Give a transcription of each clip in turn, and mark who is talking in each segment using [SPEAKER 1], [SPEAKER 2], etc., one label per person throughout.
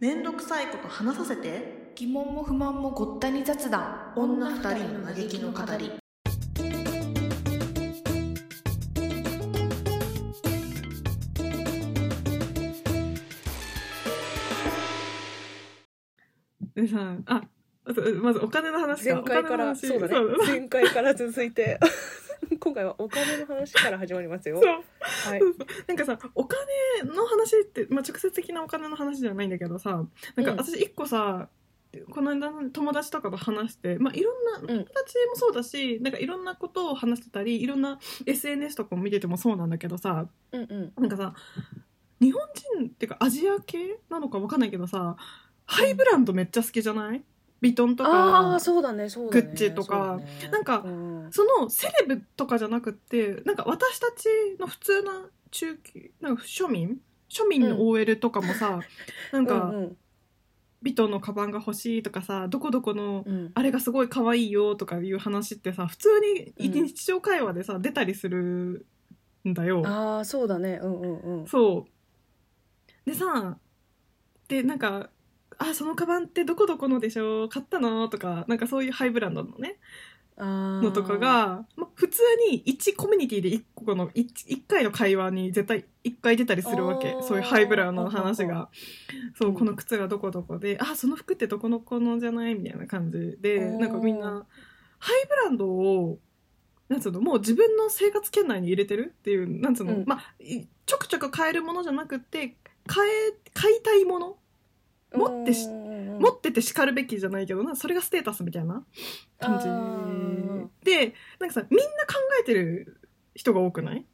[SPEAKER 1] めんどくさいこと話させて
[SPEAKER 2] 疑問も不満もごったに雑談
[SPEAKER 1] 女二人の嘆きの語り
[SPEAKER 3] でさあそうまずお金の話か
[SPEAKER 4] 前回から
[SPEAKER 3] お金
[SPEAKER 4] そ
[SPEAKER 3] の
[SPEAKER 4] う
[SPEAKER 3] 話
[SPEAKER 4] だ
[SPEAKER 3] そう
[SPEAKER 4] ね前回から続いて 今回はお金の話から始まりますよ
[SPEAKER 3] そう
[SPEAKER 4] はい
[SPEAKER 3] なんかさお金の話って、まあ、直接的なお金の話じゃないんだけどさなんか
[SPEAKER 4] うん
[SPEAKER 3] 私一個さ、この間の友達とかと話して、まあ、いろんな
[SPEAKER 4] うん
[SPEAKER 3] 友達もそうだし、なんかいろんなことを話してたりいろんな SNS とかも見ててもそうなんだけどさ
[SPEAKER 4] うんうん
[SPEAKER 3] なんかさ日本人っていうかアジア系なのかわかんないけどさハイブランドめっちゃ好きじゃないヴィトンと
[SPEAKER 4] あ
[SPEAKER 3] か
[SPEAKER 4] あそうだねそうだね
[SPEAKER 3] グッチとか
[SPEAKER 4] そうだね
[SPEAKER 3] なんか
[SPEAKER 4] うん
[SPEAKER 3] そのセレブとかじゃなくってなんか私たちの普通な中級なんか庶民庶民
[SPEAKER 4] う
[SPEAKER 3] の
[SPEAKER 4] ん
[SPEAKER 3] OL とかも さ、なん
[SPEAKER 4] う
[SPEAKER 3] か
[SPEAKER 4] ん
[SPEAKER 3] ビトンのカバンが欲しいとかさどこどこの
[SPEAKER 4] うんうん
[SPEAKER 3] あれがすごい可愛いよとかいう話ってさ普通に
[SPEAKER 4] うん
[SPEAKER 3] 日常会話でさ、出たりするんだよ。
[SPEAKER 4] ああそうだねうんうんうん
[SPEAKER 3] そうでさでなんか「あそのカバンってどこどこのでしょ買ったの?」とかなんかそういうハイブランドのね
[SPEAKER 4] あー
[SPEAKER 3] のとかが、まあ、普通に1コミュニティで1個の 1, 回の会話に絶対1回出たりするわけ
[SPEAKER 4] あー
[SPEAKER 3] そういうハイブランドの話
[SPEAKER 4] ほうほ
[SPEAKER 3] がそううこの靴がどこどこであその服ってどこのこのじゃないみたいな感じで
[SPEAKER 4] おー
[SPEAKER 3] なんかみんなハイブランドをなんつうのもう自分の生活圏内に入れてるっていうなんつうの、
[SPEAKER 4] うん
[SPEAKER 3] まあいちょくちょく買えるものじゃなくて買え買いたいもの、持ってし
[SPEAKER 4] うんうんうん
[SPEAKER 3] 持っててしかるべきじゃないけどなそれがステータスみたいな感じ
[SPEAKER 4] あー
[SPEAKER 3] でなんかさみんな考えてる人が多くない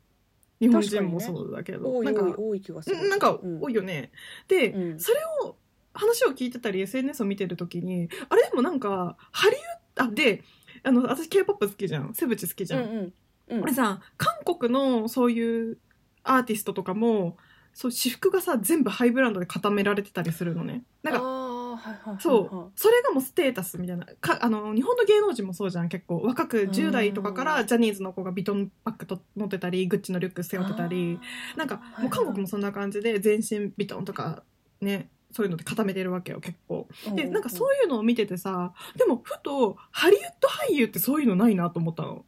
[SPEAKER 3] 日本人もそうだけど、
[SPEAKER 4] 多い
[SPEAKER 3] なん
[SPEAKER 4] 多い
[SPEAKER 3] か
[SPEAKER 4] 多い気がす
[SPEAKER 3] うん
[SPEAKER 4] る
[SPEAKER 3] なんか
[SPEAKER 4] うん
[SPEAKER 3] 多いよね、で、
[SPEAKER 4] うん
[SPEAKER 3] それを話を聞いてたり SNS を見てる時にあれでもなんかハリウッドあであの私 k p o p 好きじゃんセブチ好きじ
[SPEAKER 4] うん
[SPEAKER 3] ゃん、
[SPEAKER 4] うんうん
[SPEAKER 3] 俺さ韓国のそういうアーティストとかもそう私服がさ全部ハイブランドで固められてたりするのねなんか
[SPEAKER 4] あーはいはいはいはい
[SPEAKER 3] そうそれがもうステータスみたいなかあの日本の芸能人もそうじゃん結構若く10代とかからジャニーズの子がビトンバッグと持ってたりグッチのリュック背負ってたり
[SPEAKER 4] あー
[SPEAKER 3] なんかもう韓国もそんな感じで全身ビトンとかねそういうので固めてるわけよ結構でなんかそういうのを見ててさでもふとハリウッド俳優ってそういうのないなと思ったの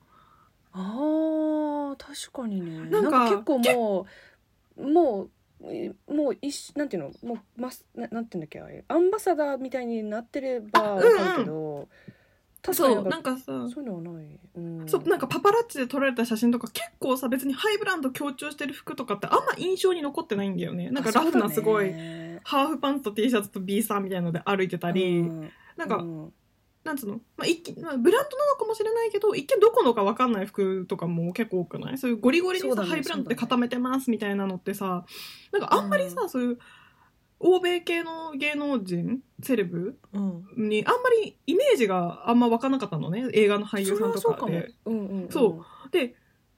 [SPEAKER 4] あー確かにね
[SPEAKER 3] な
[SPEAKER 4] なんん
[SPEAKER 3] か
[SPEAKER 4] か結構もうもうえもう一なんていうのもうマスななんていうんだっけあれアンバサダーみたいになってれば
[SPEAKER 3] あ
[SPEAKER 4] わ
[SPEAKER 3] うんうん
[SPEAKER 4] かるけど、確か
[SPEAKER 3] そ
[SPEAKER 4] にな
[SPEAKER 3] うん
[SPEAKER 4] か
[SPEAKER 3] なんかさ
[SPEAKER 4] そういうのはない、うん、
[SPEAKER 3] そうなんかパパラッチで撮られた写真とか結構さ別にハイブランド強調してる服とかってあんま印象に残ってないんだよねなんかラフなすごいハーフパンツと T シャツと B さんみたいので歩いてた
[SPEAKER 4] た
[SPEAKER 3] り、なんか、なんつうの、まあ一見まあ、ブランドなのかもしれないけど一見どこのか分かんない服とかも結構多くないそういうゴリゴリに
[SPEAKER 4] そう
[SPEAKER 3] さ、
[SPEAKER 4] だね
[SPEAKER 3] ハイブランドで
[SPEAKER 4] そうだね
[SPEAKER 3] 固めてますみたいなのってさなんかあんまりさ、そういう欧米系の芸能人セレブ
[SPEAKER 4] うん、
[SPEAKER 3] にあんまりイメージがあんま湧かなかったのね映画の俳優さんと
[SPEAKER 4] それはそう
[SPEAKER 3] か
[SPEAKER 4] かも
[SPEAKER 3] で。
[SPEAKER 4] うんうんうん、
[SPEAKER 3] そで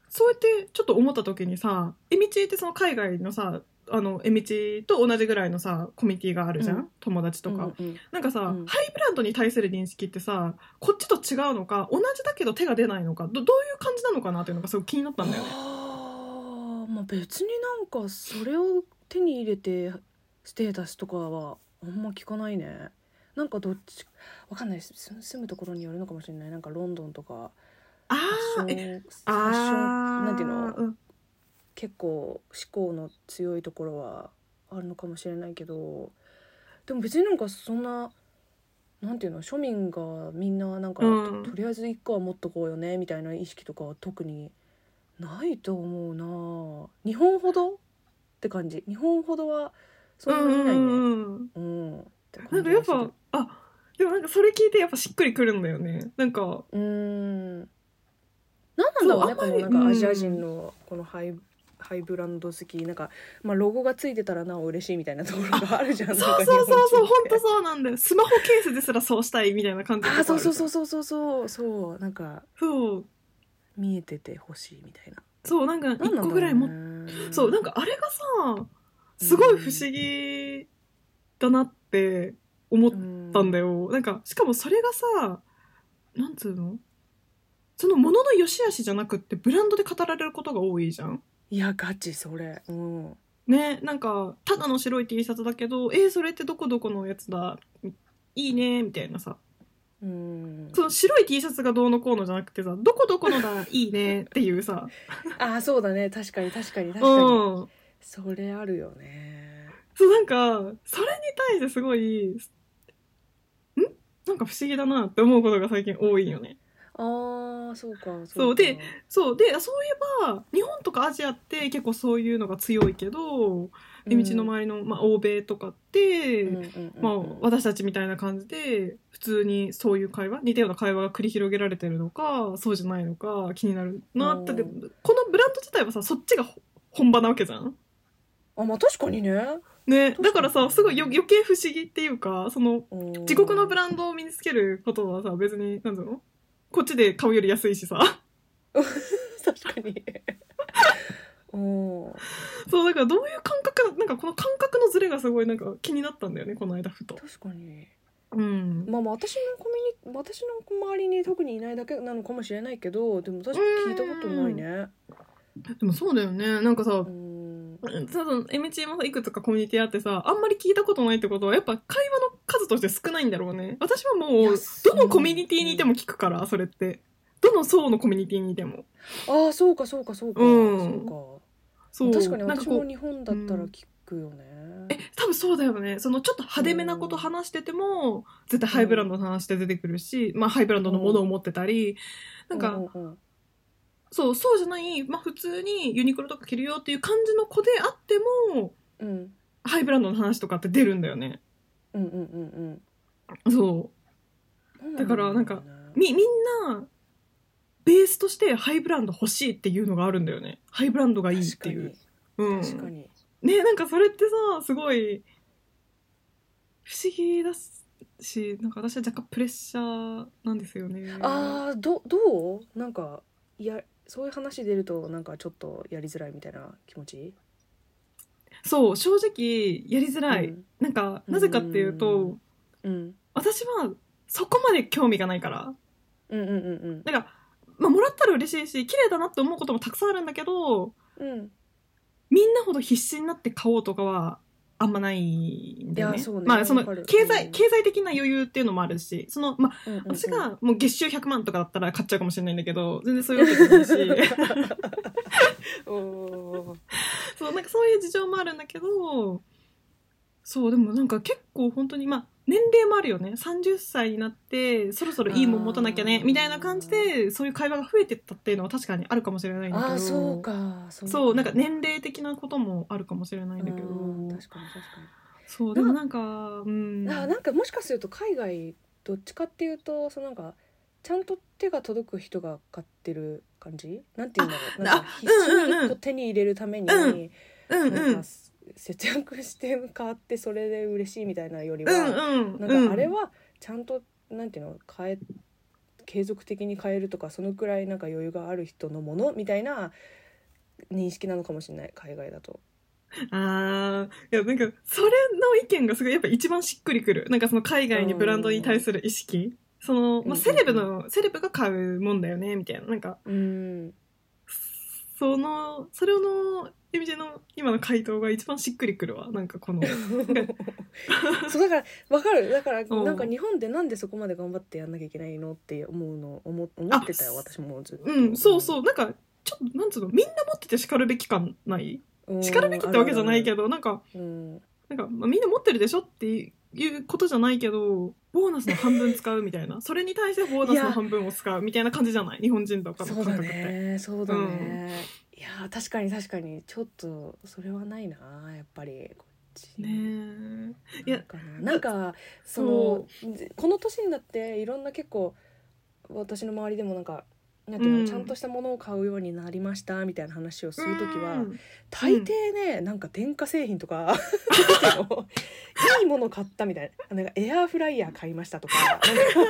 [SPEAKER 3] そうやってちょっと思った時にさエミチってその海外のさあのエミチと同じぐらいのさコミュニティがあるじゃん、
[SPEAKER 4] うん
[SPEAKER 3] 友達とか、
[SPEAKER 4] うんうん
[SPEAKER 3] なんかさ、
[SPEAKER 4] うん
[SPEAKER 3] ハイブランドに対する認識ってさこっちと違うのか同じだけど手が出ないのかどどういう感じなのかなっていうのがすごく気になったんだよね。
[SPEAKER 4] あーまあ別になんかそれを手に入れてステータスとかはあんま聞かないねなんかどっちわかんないです住住むところによるのかもしれないなんかロンドンとか
[SPEAKER 3] あ
[SPEAKER 4] ファッシ
[SPEAKER 3] え
[SPEAKER 4] ョンフ
[SPEAKER 3] あ
[SPEAKER 4] ァッショ
[SPEAKER 3] ー
[SPEAKER 4] ンなんていうの
[SPEAKER 3] うん
[SPEAKER 4] 結構思考の強いところはあるのかもしれないけどでも別になんかそんななんていうの庶民がみんななんか、
[SPEAKER 3] うん
[SPEAKER 4] ととりあえず一個は持っとこうよねみたいな意識とかは特にないと思うな日本ほどって感じ日本ほどはそんなにない
[SPEAKER 3] う
[SPEAKER 4] ね
[SPEAKER 3] んうん
[SPEAKER 4] うんって
[SPEAKER 3] なんか
[SPEAKER 4] 感じ
[SPEAKER 3] や
[SPEAKER 4] が
[SPEAKER 3] っ
[SPEAKER 4] する
[SPEAKER 3] ぱあでもなんかそれ聞いてやっぱしっくりくるんだよねなんか
[SPEAKER 4] うーん何なんだろうね
[SPEAKER 3] そ
[SPEAKER 4] こ
[SPEAKER 3] う
[SPEAKER 4] の
[SPEAKER 3] あ
[SPEAKER 4] なんん
[SPEAKER 3] まりう
[SPEAKER 4] かア
[SPEAKER 3] ん
[SPEAKER 4] ジア人のこのハイハイブランド好きなんか、まあ、ロゴがついてたらなお嬉しいみたいなところがあるじゃん
[SPEAKER 3] そう
[SPEAKER 4] なん
[SPEAKER 3] そ
[SPEAKER 4] か
[SPEAKER 3] うそうそう
[SPEAKER 4] 日本人
[SPEAKER 3] 本
[SPEAKER 4] って
[SPEAKER 3] 当そうなんだよスマホケースですらそうしたいみたいな感じ
[SPEAKER 4] あ
[SPEAKER 3] とか
[SPEAKER 4] ーそうそうそううそうそうそうそうなんか
[SPEAKER 3] そう
[SPEAKER 4] 見えててほしいみたいな
[SPEAKER 3] そうなんか
[SPEAKER 4] 何
[SPEAKER 3] 一
[SPEAKER 4] なんだろうね
[SPEAKER 3] 個ぐらい持っそうなんかあれがさすごい不思議だなって思っ
[SPEAKER 4] うん
[SPEAKER 3] たんだよ、なんかしかもそれがさなんつうのそのものの良し悪しじゃなくってブランドで語られることが多いじゃん
[SPEAKER 4] いやガチそれうん
[SPEAKER 3] ねなんかただの白い T シャツだけどえーそれってどこどこのやつだいいねみたいなさ
[SPEAKER 4] うん
[SPEAKER 3] その白い T シャツがどうのこうのじゃなくてさどこどこのだいいねっていうさ
[SPEAKER 4] あそうだね確かに確か に確かに、
[SPEAKER 3] うん
[SPEAKER 4] それあるよね
[SPEAKER 3] そうなんかそれに対してすごいんなんか不思議だなって思うことが最近多いよね
[SPEAKER 4] あーそうかそうか
[SPEAKER 3] そうでそうでそういえば日本とかアジアって結構そういうのが強いけどで道の周りの、まあ、欧米とかって、
[SPEAKER 4] うんうんうんうん
[SPEAKER 3] まあ、私たちみたいな感じで普通にそういう会話似たような会話が繰り広げられてるのかそうじゃないのか気になるなって
[SPEAKER 4] うん
[SPEAKER 3] でこのブランド自体はさそっちがほ本場なわけじゃん
[SPEAKER 4] あまあ確かにね
[SPEAKER 3] ね
[SPEAKER 4] 確かに
[SPEAKER 3] だからさすごいよ余計不思議っていうかその自国のブ
[SPEAKER 4] ラ
[SPEAKER 3] ランドを身につけることはさ別に何だろうのこっちで買うより安いしさ
[SPEAKER 4] 確かに おー
[SPEAKER 3] そうだからどういう感覚なんかこの感覚のズレがすごいなんか気になったんだよねこの間ふと。
[SPEAKER 4] 確かに
[SPEAKER 3] うん
[SPEAKER 4] まあまあ私のコミュニ私の周りに特にいないだけなのかもしれないけどでも確かに聞いたことないね
[SPEAKER 3] でもそうだよねなんかさ
[SPEAKER 4] うん
[SPEAKER 3] 多分 MG もいくつかコミュニティあってさあんまり聞いたことないってことはやっぱ会話の数として少ないんだろうね私はも
[SPEAKER 4] いうや
[SPEAKER 3] どのコミュニティにいても聞くからそれってどの層のコミュニティにいても
[SPEAKER 4] ああそうかそうかそうか、
[SPEAKER 3] うん
[SPEAKER 4] そ
[SPEAKER 3] そう
[SPEAKER 4] うか確かに
[SPEAKER 3] なんか
[SPEAKER 4] 私
[SPEAKER 3] こ
[SPEAKER 4] も
[SPEAKER 3] う
[SPEAKER 4] 日本だったら聞くよね、
[SPEAKER 3] え多分そうだよねそのちょっと派手めなこと話してても絶対ハイブランドの話って出てくるし、まあ、ハイブランドのものを持ってたりなんか、
[SPEAKER 4] ううん
[SPEAKER 3] そうそうじゃない、まあ、普通にユニクロとか着るよっていう感じの子であっても
[SPEAKER 4] うん
[SPEAKER 3] ハイブランドの話とかって出るんだよね
[SPEAKER 4] うんうんうん
[SPEAKER 3] そう
[SPEAKER 4] うん
[SPEAKER 3] だからなんか
[SPEAKER 4] う
[SPEAKER 3] みみんなベースとしてハイブランド欲しいっていうのがあるんだよねハイブランドがいいっていううん、
[SPEAKER 4] 確かに
[SPEAKER 3] ねなんかそれってさすごい不思議だしなんか私は若干プレッシャーなんですよね
[SPEAKER 4] ああどどうなんかいやそういう話出るとなんかちょっとやりづらいみたいな気持ち
[SPEAKER 3] そう正直やりづらい、
[SPEAKER 4] うん
[SPEAKER 3] なんかなぜかっていうと、
[SPEAKER 4] うんうん、
[SPEAKER 3] 私はそこまで興味がないから
[SPEAKER 4] うんうんうん
[SPEAKER 3] なんか、まあ、もらったら嬉しいし綺麗だなって思うこともたくさんあるんだけど
[SPEAKER 4] うんうん
[SPEAKER 3] みんなほど必死になって買おうとかはあんまないんだよね。
[SPEAKER 4] いやそうね
[SPEAKER 3] まあその
[SPEAKER 4] わかる
[SPEAKER 3] 経済、
[SPEAKER 4] うん
[SPEAKER 3] 経済的な余裕っていうのもあるし、そのまあ
[SPEAKER 4] うんうんうん
[SPEAKER 3] 私がもう月収100万とかだったら買っちゃうかもしれないんだけど、全然そういうわけじゃない し、
[SPEAKER 4] おー
[SPEAKER 3] そうなんかそういう事情もあるんだけど、そうでもなんか結構本当にまあ年齢もあるよね。30歳になってそろそろいいもん持たなきゃ
[SPEAKER 4] あ
[SPEAKER 3] ね
[SPEAKER 4] ー
[SPEAKER 3] みたいな感じでそういう会話が増えてったっていうのは確かにあるかもしれないんだけ
[SPEAKER 4] あ
[SPEAKER 3] ど、
[SPEAKER 4] あそうかそう
[SPEAKER 3] そうなんか年齢的なこともあるかもしれないんだけど、
[SPEAKER 4] うん確かに確かに
[SPEAKER 3] そうでもなんかうん
[SPEAKER 4] あなんかもしかすると海外どっちかっていうとそのなんかちゃんと手が届く人が買ってる感じなんて言うんだろう
[SPEAKER 3] あ
[SPEAKER 4] なんか
[SPEAKER 3] あ
[SPEAKER 4] 必死に
[SPEAKER 3] うんうんうん
[SPEAKER 4] 一個手に入れるために、
[SPEAKER 3] うんうん
[SPEAKER 4] なん
[SPEAKER 3] うん
[SPEAKER 4] か節約して買ってそれで嬉しいみたいなよりは、
[SPEAKER 3] うんうん、
[SPEAKER 4] なんかあれはちゃんとなんていうの買え継続的に買えるとかそのくらいなんか余裕がある人のものみたいな認識なのかもしれない海外だと。
[SPEAKER 3] あーいやなんかそれの意見がすごいやっぱ一番しっくりくるなんかその海外にブランドに対する意識その、まあ、
[SPEAKER 4] うん
[SPEAKER 3] セレブのセレブが買うもんだよねみたいななんか
[SPEAKER 4] うん
[SPEAKER 3] そのそれのエミジェの今の回答が一番しっくりくるわなんかこの
[SPEAKER 4] そうだからわかるだから
[SPEAKER 3] うん
[SPEAKER 4] なんか日本でなんでそこまで頑張ってやんなきゃいけないのって思うの思思
[SPEAKER 3] あ
[SPEAKER 4] ってたよ私もずっと。
[SPEAKER 3] うんそう
[SPEAKER 4] う
[SPEAKER 3] そうなんかちょっとなんつうのみんな持ってて叱るべき感ない
[SPEAKER 4] ん。
[SPEAKER 3] 叱るべきってわけじゃないけどなんか
[SPEAKER 4] ど。うん
[SPEAKER 3] なんか、まあ、みんな持ってるでしょっていうことじゃないけどボーナスの半分使うみた いなそれに対してボーナスの半分を使うみたいな感じじゃない日本人とかの
[SPEAKER 4] そう
[SPEAKER 3] 感
[SPEAKER 4] だ
[SPEAKER 3] 覚って。
[SPEAKER 4] ねそうだね。いやー確かに確かにちょっとそれはないなやっぱりこっち。
[SPEAKER 3] ねえい
[SPEAKER 4] な
[SPEAKER 3] や
[SPEAKER 4] んかななんかそのこの年になっていろんな結構私の周りでもなんか。なんていうの
[SPEAKER 3] うん
[SPEAKER 4] ちゃんとしたものを買うようになりましたみたいな話をするとき
[SPEAKER 3] う
[SPEAKER 4] は、
[SPEAKER 3] ん
[SPEAKER 4] 大抵ね、なんか電化製品 とかなんていうのいいもの買ったみたいななんかエアーフライヤー買いましたとか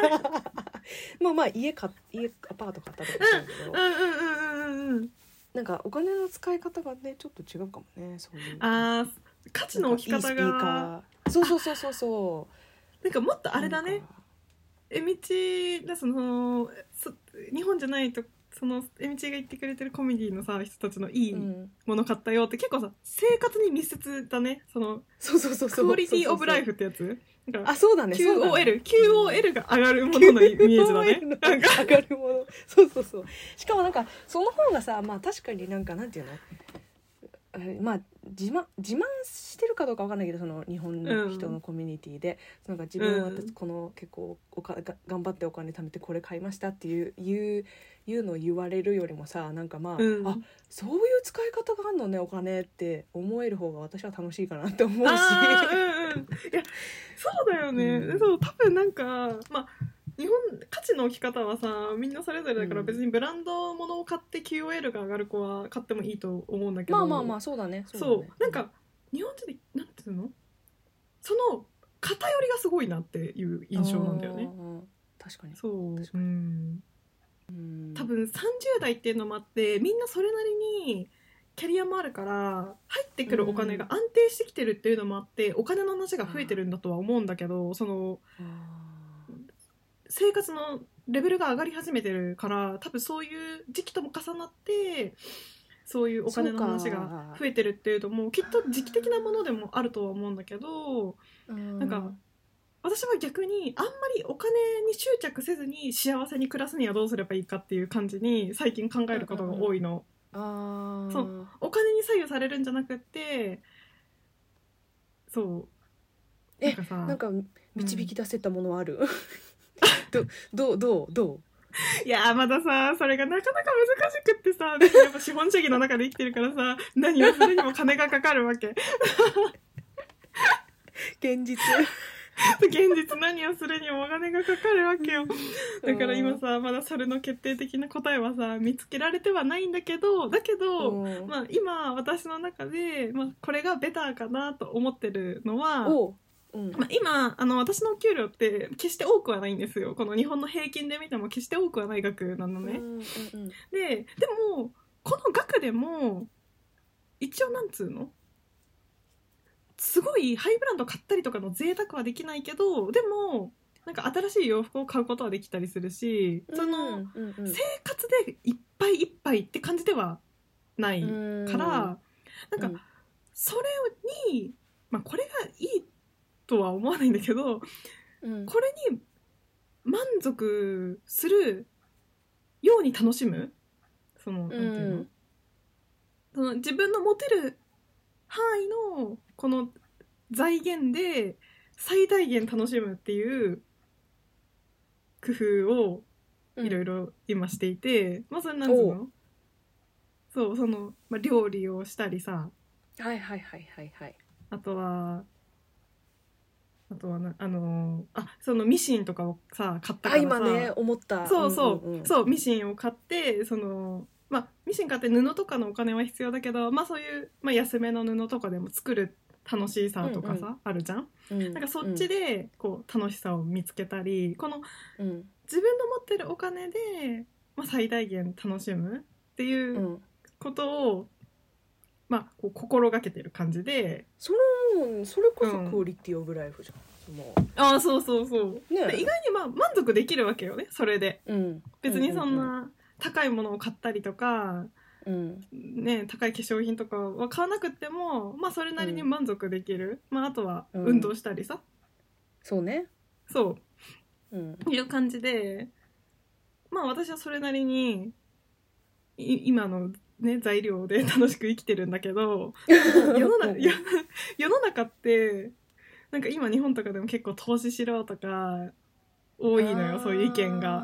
[SPEAKER 4] なんか まあまあ家買っ家アパート買ったとかしたんだけど、
[SPEAKER 3] うんうんうんうんうん
[SPEAKER 4] なんかお金の使い方がねちょっと違うかもねそういう
[SPEAKER 3] あー価値の置き
[SPEAKER 4] なんか
[SPEAKER 3] 方
[SPEAKER 4] いいスピーカ
[SPEAKER 3] が
[SPEAKER 4] ーそうそうそうそうそ
[SPEAKER 3] なんかもっ
[SPEAKER 4] う
[SPEAKER 3] とあれだねえみちだそのそ日本じゃないとそのえみちが言ってくれてるコメディのさ人たちのいい
[SPEAKER 4] うん、
[SPEAKER 3] もの買ったよって結構さ生活に密接だねその
[SPEAKER 4] そうそうそうそう
[SPEAKER 3] クオリティオブライ
[SPEAKER 4] フ
[SPEAKER 3] フってやつだから
[SPEAKER 4] あそうだねそうだね
[SPEAKER 3] QOL QOL が上がるもののイメージだね
[SPEAKER 4] QOL の
[SPEAKER 3] なんか
[SPEAKER 4] 上がるものそうそうそうしかもなんかその方がさまあ確かになんかなんていうのあれまあ自慢自慢してるかどうかわかんないけどその日本の人のコミュニティで、なんか自分は
[SPEAKER 3] うん
[SPEAKER 4] この結構おかが頑張ってお金貯めてこれ買いましたっていういういうのを言われるよりもさなんかまあ、
[SPEAKER 3] うん
[SPEAKER 4] あそういう使い方があるのねお金って思える方が私は楽しいかなって思うし。
[SPEAKER 3] あーうんうん、いやそうだよね、
[SPEAKER 4] うん
[SPEAKER 3] そう多分なんかまあ日本価値の置き方はさみんなそれぞれだから
[SPEAKER 4] うん
[SPEAKER 3] 別にブランドものを買って QOL が上がる子は買ってもいいと思うんだけど
[SPEAKER 4] まあまあまあそうだね。
[SPEAKER 3] そう
[SPEAKER 4] だね
[SPEAKER 3] なんか日本人でなんていうのその偏りがすごいなっていう印象なんだよね。
[SPEAKER 4] あー。確かに。
[SPEAKER 3] そう、
[SPEAKER 4] 確か
[SPEAKER 3] うん、
[SPEAKER 4] うん
[SPEAKER 3] 多分30代っていうのもあってみんなそれなりにキャリアもあるから入ってくるお金が安定してきてるっていうのもあって、お金の話が増えてるんだとは思うんだけどその
[SPEAKER 4] あ
[SPEAKER 3] 生活のレベルが上がり始めてるから多分そういう時期とも重なってそういうお金の話が増えてるっていうともうきっと時期的なものでもあるとは思うんだけど
[SPEAKER 4] ーうん
[SPEAKER 3] なんか私は逆にあんまりお金に執着せずに幸せに暮らすにはどうすればいいかっていう感じに最近考えることが多いの。
[SPEAKER 4] あー
[SPEAKER 3] そお金に左右されるんじゃなくってそう
[SPEAKER 4] え
[SPEAKER 3] かさ
[SPEAKER 4] なんか導き出せたものはある。 どうどうどうどう。
[SPEAKER 3] いやーまださそれがなかなか難しくってさ私やっぱ資本主義の中で生きてるからさ何をするにも金がかかるわけ
[SPEAKER 4] 現実。
[SPEAKER 3] 現実何をするにもお金がかかるわけよだから今さまだそれの決定的な答えはさ見つけられてはないんだけどだけど、
[SPEAKER 4] うん
[SPEAKER 3] まあ、今私の中で、まあ、これがベターかなと思ってるのは
[SPEAKER 4] おう。うん。
[SPEAKER 3] まあ、今あの私のお給料って決して多くはないんですよこの日本の平均で見ても決して多くはない額なのね、
[SPEAKER 4] うんうんうん
[SPEAKER 3] ででもこの額でも一応なんつうのすごいハイブランド買ったりとかの贅沢はできないけどでもなんか新しい洋服を買うことはできたりするし、その
[SPEAKER 4] うんうんうん
[SPEAKER 3] 生活でいっぱいいっぱいって感じではないから、
[SPEAKER 4] う
[SPEAKER 3] な
[SPEAKER 4] ん
[SPEAKER 3] んかそれに、まあ、これがいいとは思わないんだけど
[SPEAKER 4] うん
[SPEAKER 3] これに満足するように楽しむそのなんていうの,、
[SPEAKER 4] うん
[SPEAKER 3] その自分の持てる範囲のこの財源で最大限楽しむっていう工夫をいろいろ今していて、まあそれなんつう
[SPEAKER 4] お
[SPEAKER 3] のそうその、まあ、料理をしたりさ
[SPEAKER 4] はいはいはいはいはい。
[SPEAKER 3] あとはあとはなあのーあそのミシンとかをさ買ったから
[SPEAKER 4] あ
[SPEAKER 3] さ
[SPEAKER 4] 今ね思った。
[SPEAKER 3] そうそう,、
[SPEAKER 4] んんん
[SPEAKER 3] そうミシンを買ってそのまあミシン買って布とかのお金は必要だけどまあそういう、まあ、安めの布とかでも作る楽しさとかさ、
[SPEAKER 4] うん
[SPEAKER 3] あるじゃん
[SPEAKER 4] うん。
[SPEAKER 3] なんかそっちでこう楽しさを見つけたりこの
[SPEAKER 4] うん。。
[SPEAKER 3] 自分の持ってるお金で、まあ、最大限楽しむっていううんことを、まあこう心がけてる感じで
[SPEAKER 4] そのもうそれこそ
[SPEAKER 3] うん
[SPEAKER 4] クオリティオブライフじゃん。も
[SPEAKER 3] ああそうそうそう
[SPEAKER 4] うね
[SPEAKER 3] で意外にまあ満足できるわけよねそれで
[SPEAKER 4] うん
[SPEAKER 3] 別にそん
[SPEAKER 4] う
[SPEAKER 3] な高いものを買ったりとか、
[SPEAKER 4] うん
[SPEAKER 3] ね、高い化粧品とかは買わなくっても、まあ、それなりに満足できる、まあ、あとは
[SPEAKER 4] うん
[SPEAKER 3] 運動したりさ、
[SPEAKER 4] そうね
[SPEAKER 3] そ
[SPEAKER 4] うん
[SPEAKER 3] ういう感じでまあ私はそれなりにい今の、ね、材料 で楽しく生きてるんだけど世の中世世の中ってなんか今日本とかでも結構投資しろとか多いのよそういう意見が。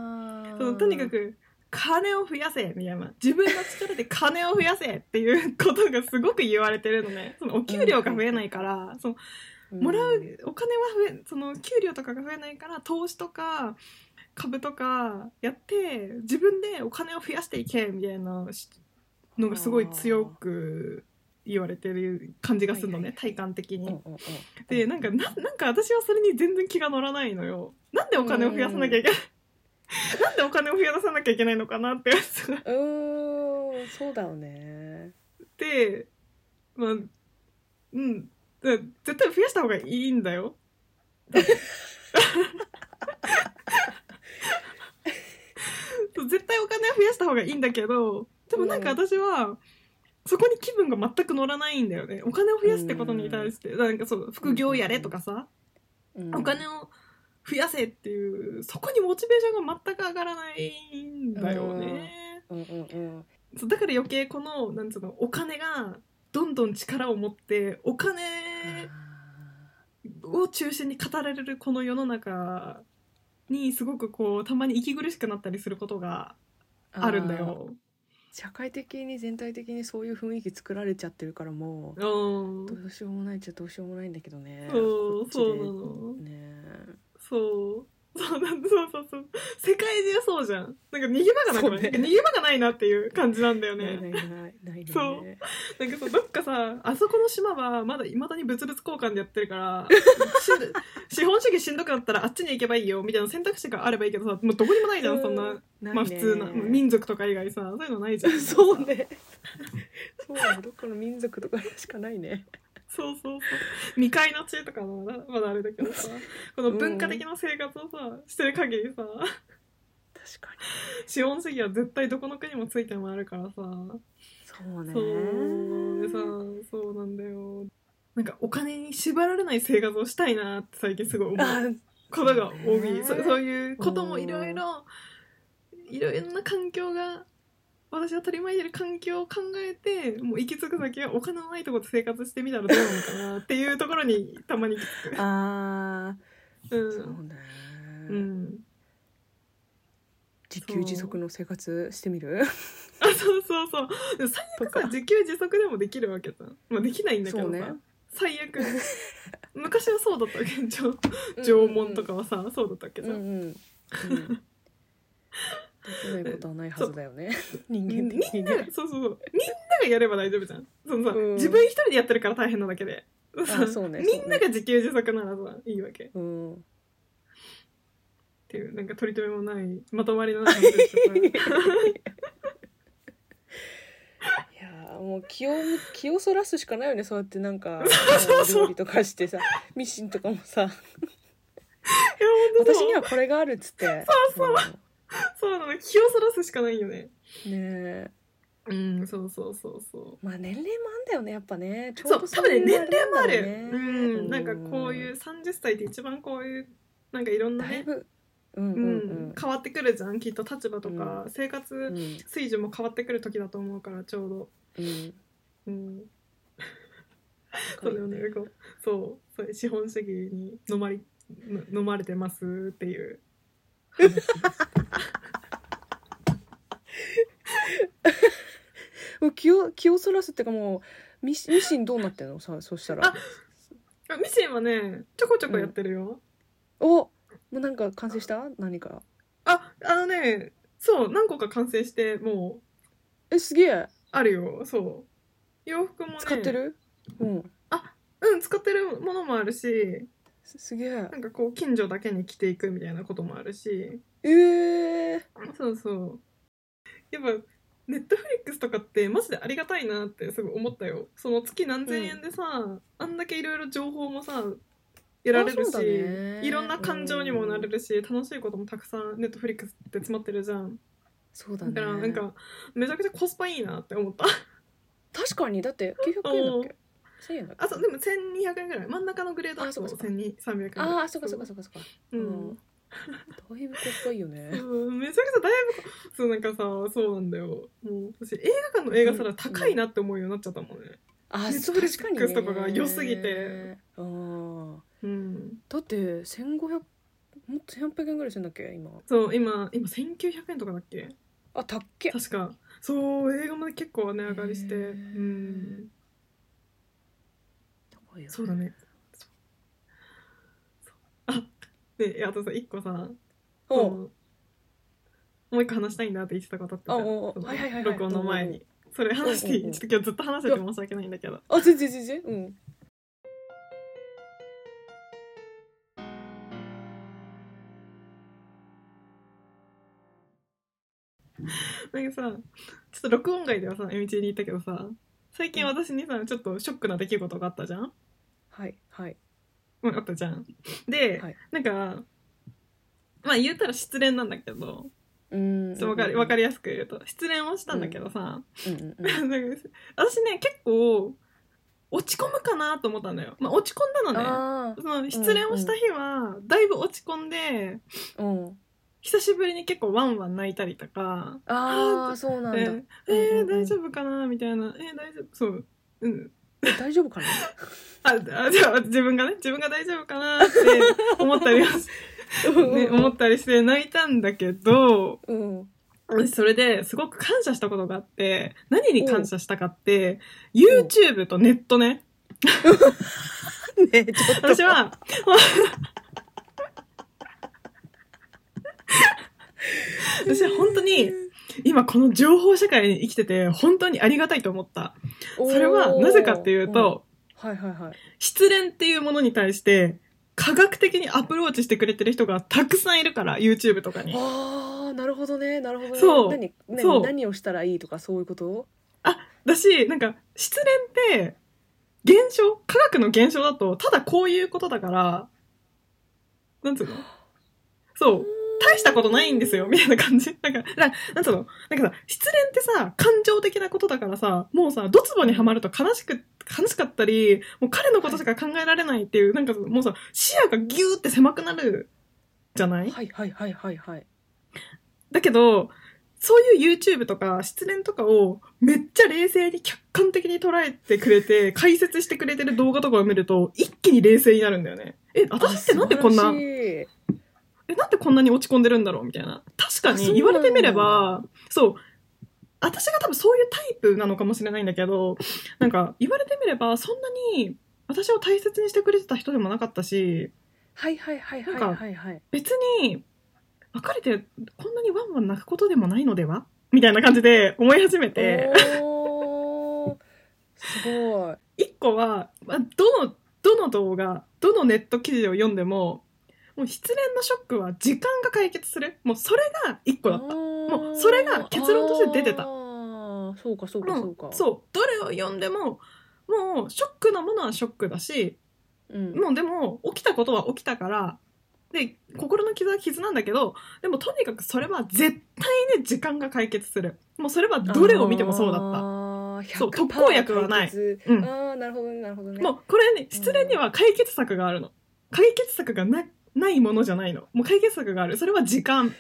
[SPEAKER 4] が
[SPEAKER 3] そのとにかく金を増やせみたいな自分の力で金を増やせっていうことがすごく言われてるのねそのお給料が増えないから、そのもらうお金は増えその給料とかが増えないから投資とか株とかやって自分でお金を増やしていけみたいなしのがすごい強く言われてる感じがするのね、
[SPEAKER 4] はい
[SPEAKER 3] 体感的に。
[SPEAKER 4] うんうんうん
[SPEAKER 3] でなんかななんか私はそれに全然気が乗らないのよなんでお金を増やさなきゃいけない なんでお金を増やさなきゃいけないのかなってやつがあっ
[SPEAKER 4] うーんそうだよね
[SPEAKER 3] てまあうんだから絶対増やした方がいいんだよそう絶対お金を増やした方方がいいんだけどでもなんか
[SPEAKER 4] うん
[SPEAKER 3] 私はそこに気分が全く乗らないんだよねお金を増やすってことに対して、なんかそう副業やれとかさ、
[SPEAKER 4] うん
[SPEAKER 3] お金を増やせっていうそこにモチベーションが全く上がらないんだよね、
[SPEAKER 4] うんうんうん
[SPEAKER 3] そうだから余計このなんつうのお金がどんどん力を持ってお金を中心に語られるこの世の中にすごくこうたまに息苦しくなったりすることがあるんだよ。
[SPEAKER 4] 社会的に全体的にそういう雰囲気作られちゃってるからもう
[SPEAKER 3] うん
[SPEAKER 4] どうしようもないっちゃどうしようもないんだけどね
[SPEAKER 3] そう
[SPEAKER 4] こっちで
[SPEAKER 3] そうなの
[SPEAKER 4] ね
[SPEAKER 3] そうそうなんそうそうそう世界中そうじゃんなんか逃げ場がなくない、
[SPEAKER 4] そうね
[SPEAKER 3] 逃げ場がないなっていう感じなんだよ
[SPEAKER 4] ないな
[SPEAKER 3] ね
[SPEAKER 4] いないない
[SPEAKER 3] そ
[SPEAKER 4] な
[SPEAKER 3] う
[SPEAKER 4] いね
[SPEAKER 3] なんかそうどっかさあそこの島はまだいまだに物々交換でやってるからし資本主義しんどくなったらあっちに行けばいいよみたいな選択肢があればいいけどさもうどこにもないじゃんそんな、
[SPEAKER 4] ないね
[SPEAKER 3] まあ普通な民族とか以外さそういうのないじゃん
[SPEAKER 4] そうねそうねどっかの民族とかしかないね
[SPEAKER 3] そうそうそう未開の地とかはまだまだあれだけどさこの文化的な生活をさ、してる限りさ
[SPEAKER 4] 確か
[SPEAKER 3] 資本主義は絶対どこの国もついて回るからさ、
[SPEAKER 4] にそうね
[SPEAKER 3] そうでさそうなんだよなんかお金に縛られない生活をしたいなって最近すごい思う
[SPEAKER 4] あ
[SPEAKER 3] ことが多
[SPEAKER 4] ね
[SPEAKER 3] いそそういうこともいろいろいろいろな環境が私が取り巻いてる環境を考えてもう行き着く先はお金のないところで生活してみたらどうなのかなっていうところにたまに行き着く
[SPEAKER 4] あ
[SPEAKER 3] う
[SPEAKER 4] ーそうね、
[SPEAKER 3] ん、うん、
[SPEAKER 4] 自給自足の生活してみる
[SPEAKER 3] あそうそうそうでも最悪さ自給自足でもできるわけじゃん、まあ、できないんだけど
[SPEAKER 4] そ
[SPEAKER 3] さ、
[SPEAKER 4] うね
[SPEAKER 3] 最悪昔はそうだったわけ縄縄文とかはさ、そうだったっけ
[SPEAKER 4] う
[SPEAKER 3] さ、
[SPEAKER 4] んうん、うんうん、できないことはないはずだよね人
[SPEAKER 3] みん
[SPEAKER 4] 間
[SPEAKER 3] な
[SPEAKER 4] 的にね
[SPEAKER 3] そうそうそうみんながやれば大丈夫じゃんそのさ、
[SPEAKER 4] うん
[SPEAKER 3] 自分一人でやってるから大変なだけで
[SPEAKER 4] あそうね
[SPEAKER 3] みんなが自給自足ならさいいわけっ
[SPEAKER 4] うん
[SPEAKER 3] ていうなんか取り留めもないまとまりのない話でしょ これ
[SPEAKER 4] いやーもう気を気をそらすしかないよね そうやってなんか
[SPEAKER 3] そうそう
[SPEAKER 4] 料理とかしてさミシンとかも
[SPEAKER 3] い
[SPEAKER 4] さ
[SPEAKER 3] や本当
[SPEAKER 4] 私
[SPEAKER 3] そう
[SPEAKER 4] にはこれがあるっつってそうそ
[SPEAKER 3] そうなの気をそらすしかないよね
[SPEAKER 4] うねえ
[SPEAKER 3] うんそうそうそうそう
[SPEAKER 4] まあ年齢もあんだよねやっぱねちょ
[SPEAKER 3] そうう
[SPEAKER 4] ど
[SPEAKER 3] 多分ね年
[SPEAKER 4] れ
[SPEAKER 3] 齢もある、
[SPEAKER 4] なんだ
[SPEAKER 3] う
[SPEAKER 4] ろ
[SPEAKER 3] ん、
[SPEAKER 4] うね
[SPEAKER 3] なんかこういう30歳って一番こういうなんかいろんな
[SPEAKER 4] だい
[SPEAKER 3] ね、
[SPEAKER 4] ぶうん
[SPEAKER 3] う
[SPEAKER 4] うん
[SPEAKER 3] ん、変わってくるじゃんきっと立場とか、生
[SPEAKER 4] う
[SPEAKER 3] 活
[SPEAKER 4] ん
[SPEAKER 3] 水準も変わってくる時だと思うからちょうど、
[SPEAKER 4] うん
[SPEAKER 3] うん、そうだよねこうそうそう資本主義に飲まれ飲まれてますっていう
[SPEAKER 4] もう気を気をそらすっていうかもうミシミシンどうなってんのさそしたら
[SPEAKER 3] ああミシンはねちょこちょこやってるよ、
[SPEAKER 4] おもうなんか完成した何か
[SPEAKER 3] ああのねそう何個か完成してもう
[SPEAKER 4] えすげえ
[SPEAKER 3] あるよそう洋服もね
[SPEAKER 4] 使ってる、うん
[SPEAKER 3] うん使ってるものもあるし
[SPEAKER 4] すすげえ
[SPEAKER 3] なんかこう近所だけに着ていくみたいなこともあるし
[SPEAKER 4] ええ
[SPEAKER 3] そうそうやっぱネットフリックスとかってマジでありがたいなってすごい思ったよその月何千円でさ、あんだけいろいろ情報もさ得られる
[SPEAKER 4] あ
[SPEAKER 3] し、
[SPEAKER 4] そうだね
[SPEAKER 3] いろんな感情にもなれるし、楽しいこともたくさんネットフリックスって詰まってるじゃん
[SPEAKER 4] そうだ
[SPEAKER 3] だ
[SPEAKER 4] ね
[SPEAKER 3] からなんかめちゃくちゃコスパいいなって思った
[SPEAKER 4] 確かにだって900円だっけ1000円だっけ
[SPEAKER 3] あそうでも1200円ぐらい真ん中のグレード
[SPEAKER 4] あそうかそうか
[SPEAKER 3] 1200円
[SPEAKER 4] あーそっかそっか
[SPEAKER 3] そ
[SPEAKER 4] そっかそっか
[SPEAKER 3] う、うん
[SPEAKER 4] うんだいぶコスパいいよね
[SPEAKER 3] うんめちゃくちゃだいぶそうなんかさそうなんだよもう私映画館の映画すら高いなって思うようになっちゃったもんねネ
[SPEAKER 4] あ
[SPEAKER 3] ット
[SPEAKER 4] そう
[SPEAKER 3] フリ
[SPEAKER 4] 確かに
[SPEAKER 3] ックスとかが良すぎて
[SPEAKER 4] ねうん
[SPEAKER 3] うん
[SPEAKER 4] だって1500もっと1800円ぐらいするんだっけ今
[SPEAKER 3] そう今今1900円とかだっけ
[SPEAKER 4] あたっけ
[SPEAKER 3] 確かそう映画まで結構値上がりして
[SPEAKER 4] へ
[SPEAKER 3] う
[SPEAKER 4] ー
[SPEAKER 3] ん
[SPEAKER 4] 高いよ
[SPEAKER 3] そうだねそうあでいやあとさ一個さ
[SPEAKER 4] お
[SPEAKER 3] そのもう一個話したいんだって言ってたことあったじゃん
[SPEAKER 4] あおう
[SPEAKER 3] その
[SPEAKER 4] はいはいはいはい
[SPEAKER 3] 録音の前
[SPEAKER 4] う
[SPEAKER 3] にそれ話していい
[SPEAKER 4] うんうん
[SPEAKER 3] ちょっと今日ずっと話してて申し訳ないんだけど
[SPEAKER 4] あ全然全然うん
[SPEAKER 3] なんかさちょっと録音外ではさ M1 に行ったけどさ最近私にさちょっとショックな出来事があったじゃん、
[SPEAKER 4] はいはい
[SPEAKER 3] うんあったじゃんで、
[SPEAKER 4] はい
[SPEAKER 3] なんかまあ言うたら失恋なんだけど
[SPEAKER 4] うん
[SPEAKER 3] そうわかりわかりやすく言うと失恋をしたんだけどさ、
[SPEAKER 4] うんうんう ん
[SPEAKER 3] なんか私ね結構落ち込むかなと思ったのよ、まあ、落ち込んだのね
[SPEAKER 4] あ
[SPEAKER 3] その失恋をした日はだいぶ落ち込んで
[SPEAKER 4] ーうん
[SPEAKER 3] 久しぶりに結構ワンワン泣いたりとか
[SPEAKER 4] あーそうなんだ、
[SPEAKER 3] えーえー
[SPEAKER 4] うんうんうん
[SPEAKER 3] 大丈夫かなみたいなえー大丈夫そううん
[SPEAKER 4] 大丈夫かな
[SPEAKER 3] ああじゃあ自分がね自分が大丈夫かなって思ったりはし ね、思ったりして泣いたんだけど
[SPEAKER 4] うん
[SPEAKER 3] 私それですごく感謝したことがあって何に感謝したかって YouTube とネットね
[SPEAKER 4] ねちょっと
[SPEAKER 3] 私は私は本当に今この情報社会に生きてて本当にありがたいと思ったそれはなぜかっていうと、
[SPEAKER 4] うん、はいはいはい
[SPEAKER 3] 失恋っていうものに対して科学的にアプローチしてくれてる人がたくさんいるから YouTube とかに
[SPEAKER 4] ああなるほどねなるほどね
[SPEAKER 3] そう
[SPEAKER 4] 何何
[SPEAKER 3] そう
[SPEAKER 4] 何をしたらいいとかそういうこと
[SPEAKER 3] だしなんか失恋って現象科学の現象だとただこういうことだからなんつうのそう大したことないんですよみたいな感じなんかななんつうのなんかさ失恋ってさ感情的なことだからさもうさドツボにはまると悲しく悲しかったりもう彼のことしか考えられないっていうなんかもうさ視野がギューって狭くなるじゃない
[SPEAKER 4] はいはいはいはいはい
[SPEAKER 3] だけど、そういう YouTube とか失恋とかをめっちゃ冷静に客観的に捉えてくれて、解説してくれてる動画とかを見ると、一気に冷静になるんだよね。え、私ってなんでこんな
[SPEAKER 4] あ素、晴らしい
[SPEAKER 3] え、なんでこんなに落ち込んでるんだろうみたいな。確か
[SPEAKER 4] あそうな
[SPEAKER 3] に
[SPEAKER 4] んだ
[SPEAKER 3] 言われてみれば、そう、私が多分そういうタイプなのかもしれないんだけど、なんか言われてみれば、そんなに私を大切にしてくれてた人でもなかったし、
[SPEAKER 4] はいはいはいはいはいはい
[SPEAKER 3] 別に別れてこんなにワンワン泣くことでもないのではみたいな感じで思い始めて
[SPEAKER 4] おーす ごい
[SPEAKER 3] 一個は、まあ、どのどの動画どのネット記事を読んでももう失恋のショックは時間が解決するもうそれが一個だったも
[SPEAKER 4] も
[SPEAKER 3] うそれが結論として出てた
[SPEAKER 4] そうかそうかそうか
[SPEAKER 3] もうそうどれを読んでももうショックなものはショックだし
[SPEAKER 4] うん
[SPEAKER 3] もうでも起きたことは起きたからで心の傷は傷なんだけどでもとにかくそれは絶対に時間が解決するもうそれはどれを見てもそうだった
[SPEAKER 4] った
[SPEAKER 3] そう特効薬はないうん
[SPEAKER 4] ああなるほどねなるほどね
[SPEAKER 3] もうこれね失恋には解決策があるの解決策がなないものじゃないのもう解決策があるそれは時間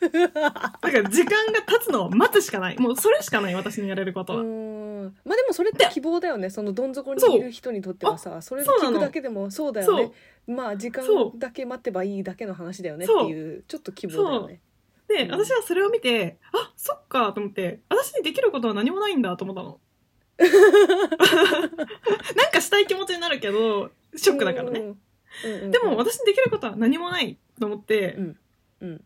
[SPEAKER 3] だから時間が経つのを待つしかないもうそれしかない私にやれることは、
[SPEAKER 4] うんまあでもそれって希望だよねそのどん底にいる人にとってはさそれを
[SPEAKER 3] そう
[SPEAKER 4] 聞
[SPEAKER 3] な
[SPEAKER 4] く
[SPEAKER 3] の
[SPEAKER 4] だけでもそうだよ
[SPEAKER 3] そう
[SPEAKER 4] ねまあ時間
[SPEAKER 3] そう
[SPEAKER 4] だけ待ってばいいだけの話だよねっていうちょっと希望だよね
[SPEAKER 3] で
[SPEAKER 4] うん
[SPEAKER 3] 私はそれを見てあそっかと思って私にできることは何もないんだと思 ったのなんかしたい気持ちになるけどショックだからね
[SPEAKER 4] うんうんうん
[SPEAKER 3] でも私にできることは何もないと思って、
[SPEAKER 4] うんうん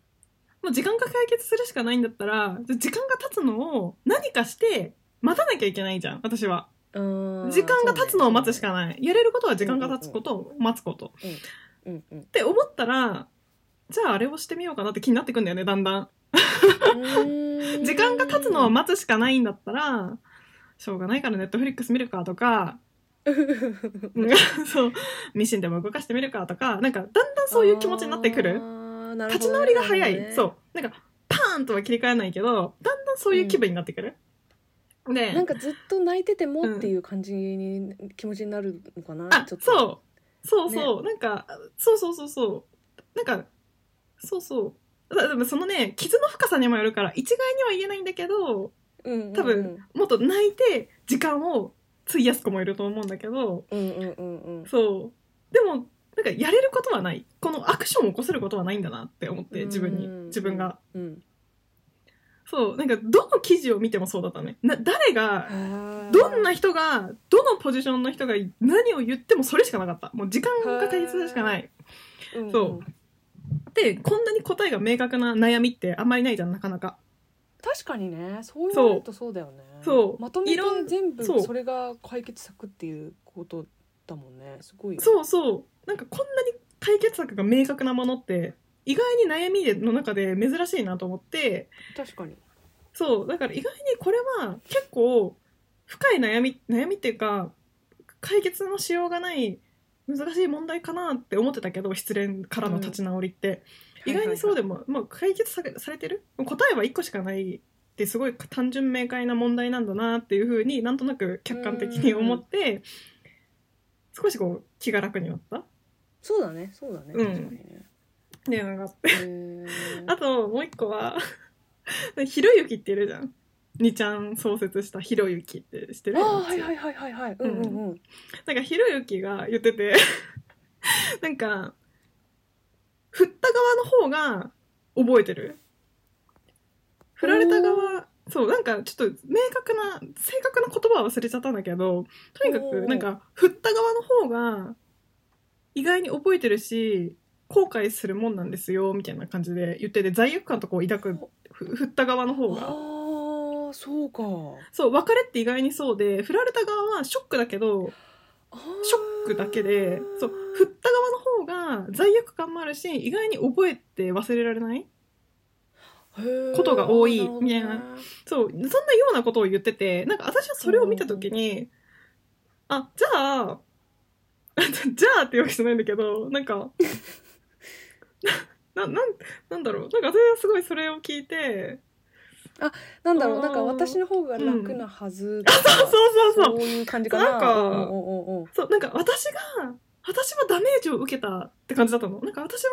[SPEAKER 3] もう時間が解決するしかないんだったら時間が経つのを何かして待たなきゃいけないじゃん私は
[SPEAKER 4] うん
[SPEAKER 3] 時間が経つのを待つしかない、やれることは時間が経つことを待つこと、っ
[SPEAKER 4] うんうん
[SPEAKER 3] て思ったらじゃああれをしてみようかなって気になってくんだよねだんだん
[SPEAKER 4] うん
[SPEAKER 3] 時間が経つのを待つしかないんだったらしょうがないからネットフリックス見るかとかそうミシンでも動かしてみるかとかなんかだんだんそういう気持ちになってくる
[SPEAKER 4] あーなるほ
[SPEAKER 3] 立
[SPEAKER 4] ど
[SPEAKER 3] ち
[SPEAKER 4] ね
[SPEAKER 3] 直りが早い、
[SPEAKER 4] なるほどね
[SPEAKER 3] そうなんかパーンとは切り替えないけどだんだんそういう気分になってくる、で
[SPEAKER 4] なんかずっと泣いててもっていう感じに、気持ちになるのかな
[SPEAKER 3] あ
[SPEAKER 4] ちょっと
[SPEAKER 3] そうそうそう、なんかそうそうそうそうなんかそうそうだでもそのね傷の深さにもよるから一概には言えないんだけど
[SPEAKER 4] う、うんうんうん、
[SPEAKER 3] 多分もっと泣いて時間を費やす子もいると思うんだけど
[SPEAKER 4] うんうんうんうん
[SPEAKER 3] そうでもなんかやれることはないこのアクションを起こせることはないんだなって思って自分に
[SPEAKER 4] うん
[SPEAKER 3] 自分が
[SPEAKER 4] うん
[SPEAKER 3] そうなんかどの記事を見てもそうだったねな誰がどんな人がどのポジションの人が何を言ってもそれしかなかったもう時間が解決しかないそうでこんなに答えが明確な悩みってあんまりないじゃんなかなか
[SPEAKER 4] 確かにねそう言われるとそうだよね
[SPEAKER 3] そう
[SPEAKER 4] まとめ
[SPEAKER 3] い
[SPEAKER 4] て
[SPEAKER 3] ろん
[SPEAKER 4] 全部
[SPEAKER 3] そう
[SPEAKER 4] それが解決策っていうことだもんねすごい
[SPEAKER 3] そうそうなんかこんなに解決策が明確なものって意外に悩みの中で珍しいなと思って
[SPEAKER 4] 確かに
[SPEAKER 3] そうだから意外にこれは結構深い悩み悩みっていうか解決のしようがない難しい問題かなって思ってたけど失恋からの立ち直りって、意外にそうでも、まあ、解決さされてるもう答えは1個しかないってすごい単純明快な問題なんだなっていうふうになんとなく客観的に思って少しこう気が楽になったっ
[SPEAKER 4] そうだねそうだね、
[SPEAKER 3] うん
[SPEAKER 4] 確かにね
[SPEAKER 3] ていうのがあって
[SPEAKER 4] へ ー
[SPEAKER 3] あともう1個は ひろゆきっているじゃん。にちゃん創設したひろゆきって知ってる
[SPEAKER 4] あーはいはいはいはいはいうんうんうん
[SPEAKER 3] なんかひろゆきが言ってて なんか振った側の方が覚えてる振られた側そうなんかちょっと明確な正確な言葉は忘れちゃったんだけどとにか
[SPEAKER 4] お
[SPEAKER 3] く
[SPEAKER 4] ー
[SPEAKER 3] なんか振った側の方が意外に覚えてるし後悔するもんなんですよみたいな感じで言ってて罪悪感とかを抱くふ振った側の方が。
[SPEAKER 4] ああそうか
[SPEAKER 3] そう別れって意外にそうで振られた側はショックだけど
[SPEAKER 4] あー
[SPEAKER 3] ショックだけでそう振った側の方が罪悪感もあるし意外に覚えて忘れられない
[SPEAKER 4] へー
[SPEAKER 3] ことが多い
[SPEAKER 4] なるほどね
[SPEAKER 3] みたいなそうそんなようなことを言っててなんか私はそれを見た時にあじゃあ じゃあっていうわけじゃないんだけどなん かななんなんだろうなんか私はすごいそれを聞いて
[SPEAKER 4] なんだろ
[SPEAKER 3] あ
[SPEAKER 4] う
[SPEAKER 3] ー
[SPEAKER 4] なんか私の方が楽なはずと
[SPEAKER 3] あ
[SPEAKER 4] か
[SPEAKER 3] そうそうそう
[SPEAKER 4] そういう感じかな
[SPEAKER 3] なんか
[SPEAKER 4] おうおうおうおう
[SPEAKER 3] そう、なんか私が、私はダメージを受けたって感じだったの。なんか私は、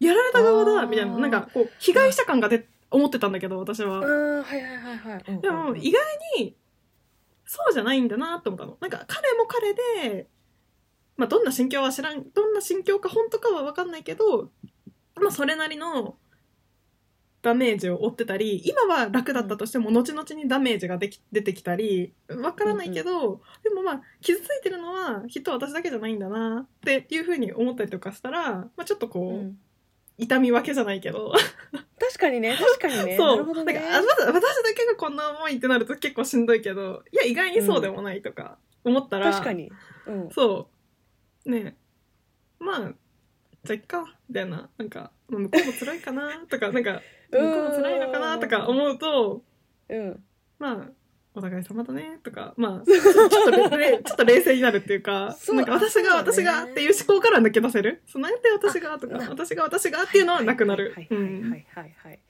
[SPEAKER 3] やられた側
[SPEAKER 4] あ
[SPEAKER 3] だ、
[SPEAKER 4] ー
[SPEAKER 3] みたいな。なんかこう、被害者感がで、思ってたんだけど、私は。
[SPEAKER 4] うんはいはいはいはいうんうんうん
[SPEAKER 3] でも、意外に、そうじゃないんだなって思ったの。なんか彼も彼で、まあどんな心境は知らん、どんな心境か本当かはわかんないけど、まあそれなりの、ダメージを負ってたり今は楽だったとしても後々にダメージができ出てきたりわからないけど、でもまあ傷ついてるのはきっと私だけじゃないんだなっていうふうに思ったりとかしたら、まあ、ちょっとこう、
[SPEAKER 4] うん
[SPEAKER 3] 痛み分けじゃないけど、
[SPEAKER 4] 確 かにね確かにねな
[SPEAKER 3] そ
[SPEAKER 4] る
[SPEAKER 3] う
[SPEAKER 4] ほど
[SPEAKER 3] だか
[SPEAKER 4] ね
[SPEAKER 3] らあまず私だけがこんな思いってなると結構しんどいけどいや意外にそうでもないとか思ったら、
[SPEAKER 4] 確かにうん
[SPEAKER 3] そうねまあじゃあいっかみたいななんかまあ向こうも辛いかなとかなんか向こうも辛いのかなとか思うと。
[SPEAKER 4] うん
[SPEAKER 3] まあお互い様だねとかまあちょっとれ れちょっと冷静になるっていうか
[SPEAKER 4] そう
[SPEAKER 3] なんか私が、
[SPEAKER 4] そうだね
[SPEAKER 3] 私がっていう思考から抜け出せるその相手私がとか
[SPEAKER 4] な
[SPEAKER 3] 私が私がっていうのはなくなる
[SPEAKER 4] はいは
[SPEAKER 3] う
[SPEAKER 4] いは
[SPEAKER 3] ん
[SPEAKER 4] いはいはいはい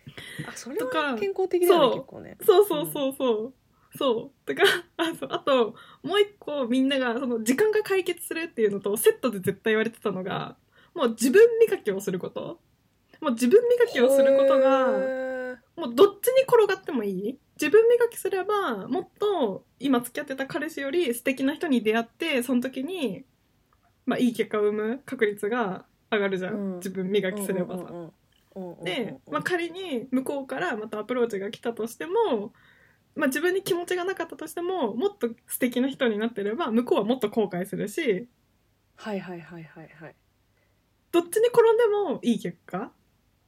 [SPEAKER 4] あそれ
[SPEAKER 3] とか
[SPEAKER 4] は健康的だよ
[SPEAKER 3] そう
[SPEAKER 4] ね結構
[SPEAKER 3] そ
[SPEAKER 4] ね
[SPEAKER 3] うそうそうそうそうとかあそうあともう一個みんながその時間が解決するっていうのとセットで絶対言われてたのがもう自分磨きをすることもう自分磨きをすること
[SPEAKER 4] へ
[SPEAKER 3] が
[SPEAKER 4] ー
[SPEAKER 3] もうどっちに転がってもいい自分磨きすればもっと今付き合ってた彼氏より素敵な人に出会ってその時に、まあ、いい結果を生む確率が上がるじゃん、
[SPEAKER 4] うん
[SPEAKER 3] 自分磨きすればさ。で、まあ、仮に向こうからまたアプローチが来たとしても、まあ、自分に気持ちがなかったとしてももっと素敵な人になってれば向こうはもっと後悔するし
[SPEAKER 4] はいはいはいはいはい
[SPEAKER 3] どっちに転んでもいい結果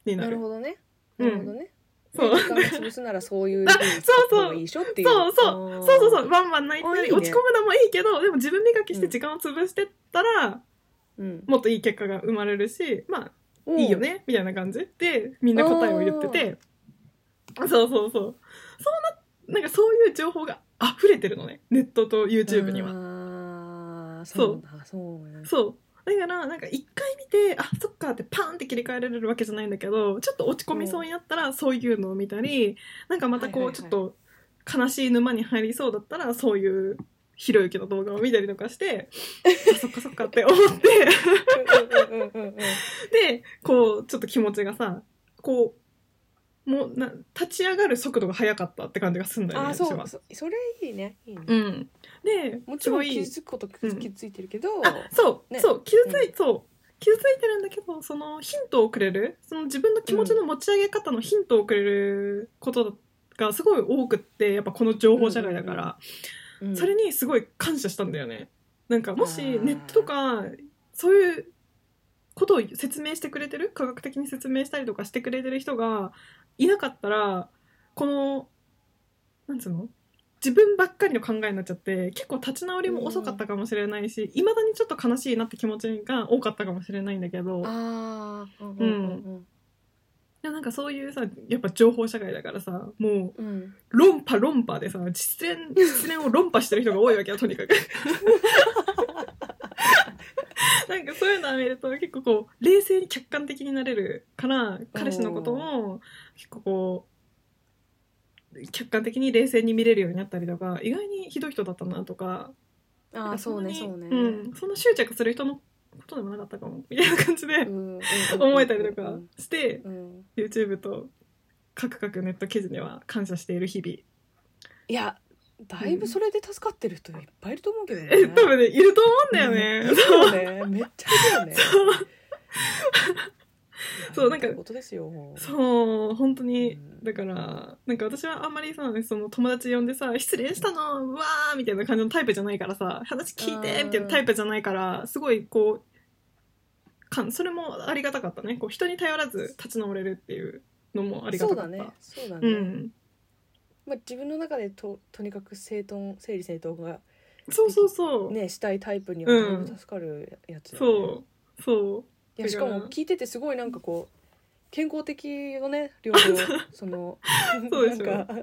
[SPEAKER 3] にな
[SPEAKER 4] な
[SPEAKER 3] る
[SPEAKER 4] る。ほどね
[SPEAKER 3] う
[SPEAKER 4] なんるほどね
[SPEAKER 3] そう
[SPEAKER 4] 時間を潰すならそう いう
[SPEAKER 3] あ
[SPEAKER 4] ふうに使
[SPEAKER 3] そう
[SPEAKER 4] っ
[SPEAKER 3] そう
[SPEAKER 4] た方がいいでしょっていう
[SPEAKER 3] そうそう
[SPEAKER 4] あー
[SPEAKER 3] そうそうそう、バンバン泣いた
[SPEAKER 4] あいい
[SPEAKER 3] り、
[SPEAKER 4] ね
[SPEAKER 3] 落ち込むのもいいけど、でも自分磨きして
[SPEAKER 4] うん
[SPEAKER 3] 時間を潰してったら、
[SPEAKER 4] うん
[SPEAKER 3] もっといい結果が生まれるし、ま
[SPEAKER 4] う
[SPEAKER 3] あ、
[SPEAKER 4] ん
[SPEAKER 3] いいよね、みたいな感じで、みんな答えを言ってて、そうそうそう。そうな、なんかそういう情報が溢れてるのね、ネットと YouTube には。
[SPEAKER 4] はそうだそうね
[SPEAKER 3] そう。だから、なんか一回見て、あ、そっかってパーンって切り替えられるわけじゃないんだけど、ちょっと落ち込みそうになったら、そういうのを見たり、なんかまた
[SPEAKER 4] はい
[SPEAKER 3] こ
[SPEAKER 4] は
[SPEAKER 3] う、
[SPEAKER 4] い
[SPEAKER 3] ち
[SPEAKER 4] は
[SPEAKER 3] ょ
[SPEAKER 4] い
[SPEAKER 3] っと悲しい沼に入りそうだったら、そういうひろゆきの動画を見たりとか して、あ、そっかそっかって思って、
[SPEAKER 4] うんうんうんうんうん
[SPEAKER 3] で、こう、ちょっと気持ちがさ、こう、もうな、立ち上がる速度が速かったって感じがすんだよ
[SPEAKER 4] あ
[SPEAKER 3] ね、
[SPEAKER 4] ー
[SPEAKER 3] 私
[SPEAKER 4] そ
[SPEAKER 3] は
[SPEAKER 4] う。そそれいいねいいね
[SPEAKER 3] うん。で、
[SPEAKER 4] もちろ
[SPEAKER 3] すご
[SPEAKER 4] ん
[SPEAKER 3] い
[SPEAKER 4] 傷つくこと傷ついてるけど
[SPEAKER 3] あそう、
[SPEAKER 4] ね
[SPEAKER 3] そう傷つい、
[SPEAKER 4] う
[SPEAKER 3] そう傷ついてるんだけどそのヒントをくれるその自分の気持ちの持ち上げ方のヒントをくれることがすごい多くってやっぱこの情報社会だから、
[SPEAKER 4] うん
[SPEAKER 3] それにすごい感謝したんだよね。なんかもし
[SPEAKER 4] あー
[SPEAKER 3] ネットとかそういうことを説明してくれてる科学的に説明したりとかしてくれてる人がいなかったらこのなんつうの自分ばっかりの考えになっちゃって結構立ち直りも遅かったかもしれないしいま、未だにちょっと悲しいなって気持ちが多かったかもしれないんだけど
[SPEAKER 4] ああうんうん
[SPEAKER 3] でもなんかそういうさやっぱ情報社会だからさもう
[SPEAKER 4] うんうん
[SPEAKER 3] 論破論破でさ実践 実践を論破してる人が多いわけよとにかく。なんかそういうのを見ると結構こう冷静に客観的になれるから彼氏のことも結構こう客観的に冷静に見れるようになったりとか意外にひどい人だったなとか
[SPEAKER 4] ああそうん
[SPEAKER 3] な
[SPEAKER 4] ね
[SPEAKER 3] に
[SPEAKER 4] そうね、
[SPEAKER 3] うん、そんな執着する人のことでもなかったかもみたいな感じで
[SPEAKER 4] うん
[SPEAKER 3] 思えたりとかして
[SPEAKER 4] うん
[SPEAKER 3] YouTube とカクカクネット記事には感謝している日々。
[SPEAKER 4] いやだいぶそれで助かってる人いっぱいいると思うけどね
[SPEAKER 3] え 多分ねいると思うんだよね。
[SPEAKER 4] そうねめっちゃいるよね
[SPEAKER 3] そうなんか
[SPEAKER 4] いやいいことですよ
[SPEAKER 3] そう本当
[SPEAKER 4] う
[SPEAKER 3] に
[SPEAKER 4] ん
[SPEAKER 3] だからなんか私はあんまりさその友達呼んでさ「失恋したのうわー」みたいな感じのタイプじゃないからさ「話聞いて」
[SPEAKER 4] うん
[SPEAKER 3] みたいなタイプじゃないからすごいこうかんそれもありがたかったねこう人に頼らず立ち直れるっていうのもありが
[SPEAKER 4] そ
[SPEAKER 3] たか
[SPEAKER 4] う
[SPEAKER 3] っ
[SPEAKER 4] だ
[SPEAKER 3] た。
[SPEAKER 4] ねそうだね、
[SPEAKER 3] うん、
[SPEAKER 4] まあ、自分の中でととにかく整頓整理整頓が
[SPEAKER 3] そうそうそう、
[SPEAKER 4] ねしたいタイプにはだいぶ助かるやつだね、
[SPEAKER 3] そうそう
[SPEAKER 4] いや
[SPEAKER 3] だ
[SPEAKER 4] し
[SPEAKER 3] か
[SPEAKER 4] からも聞いててすごいなんかこう健康的 よね両方その
[SPEAKER 3] そうでしょ
[SPEAKER 4] なんか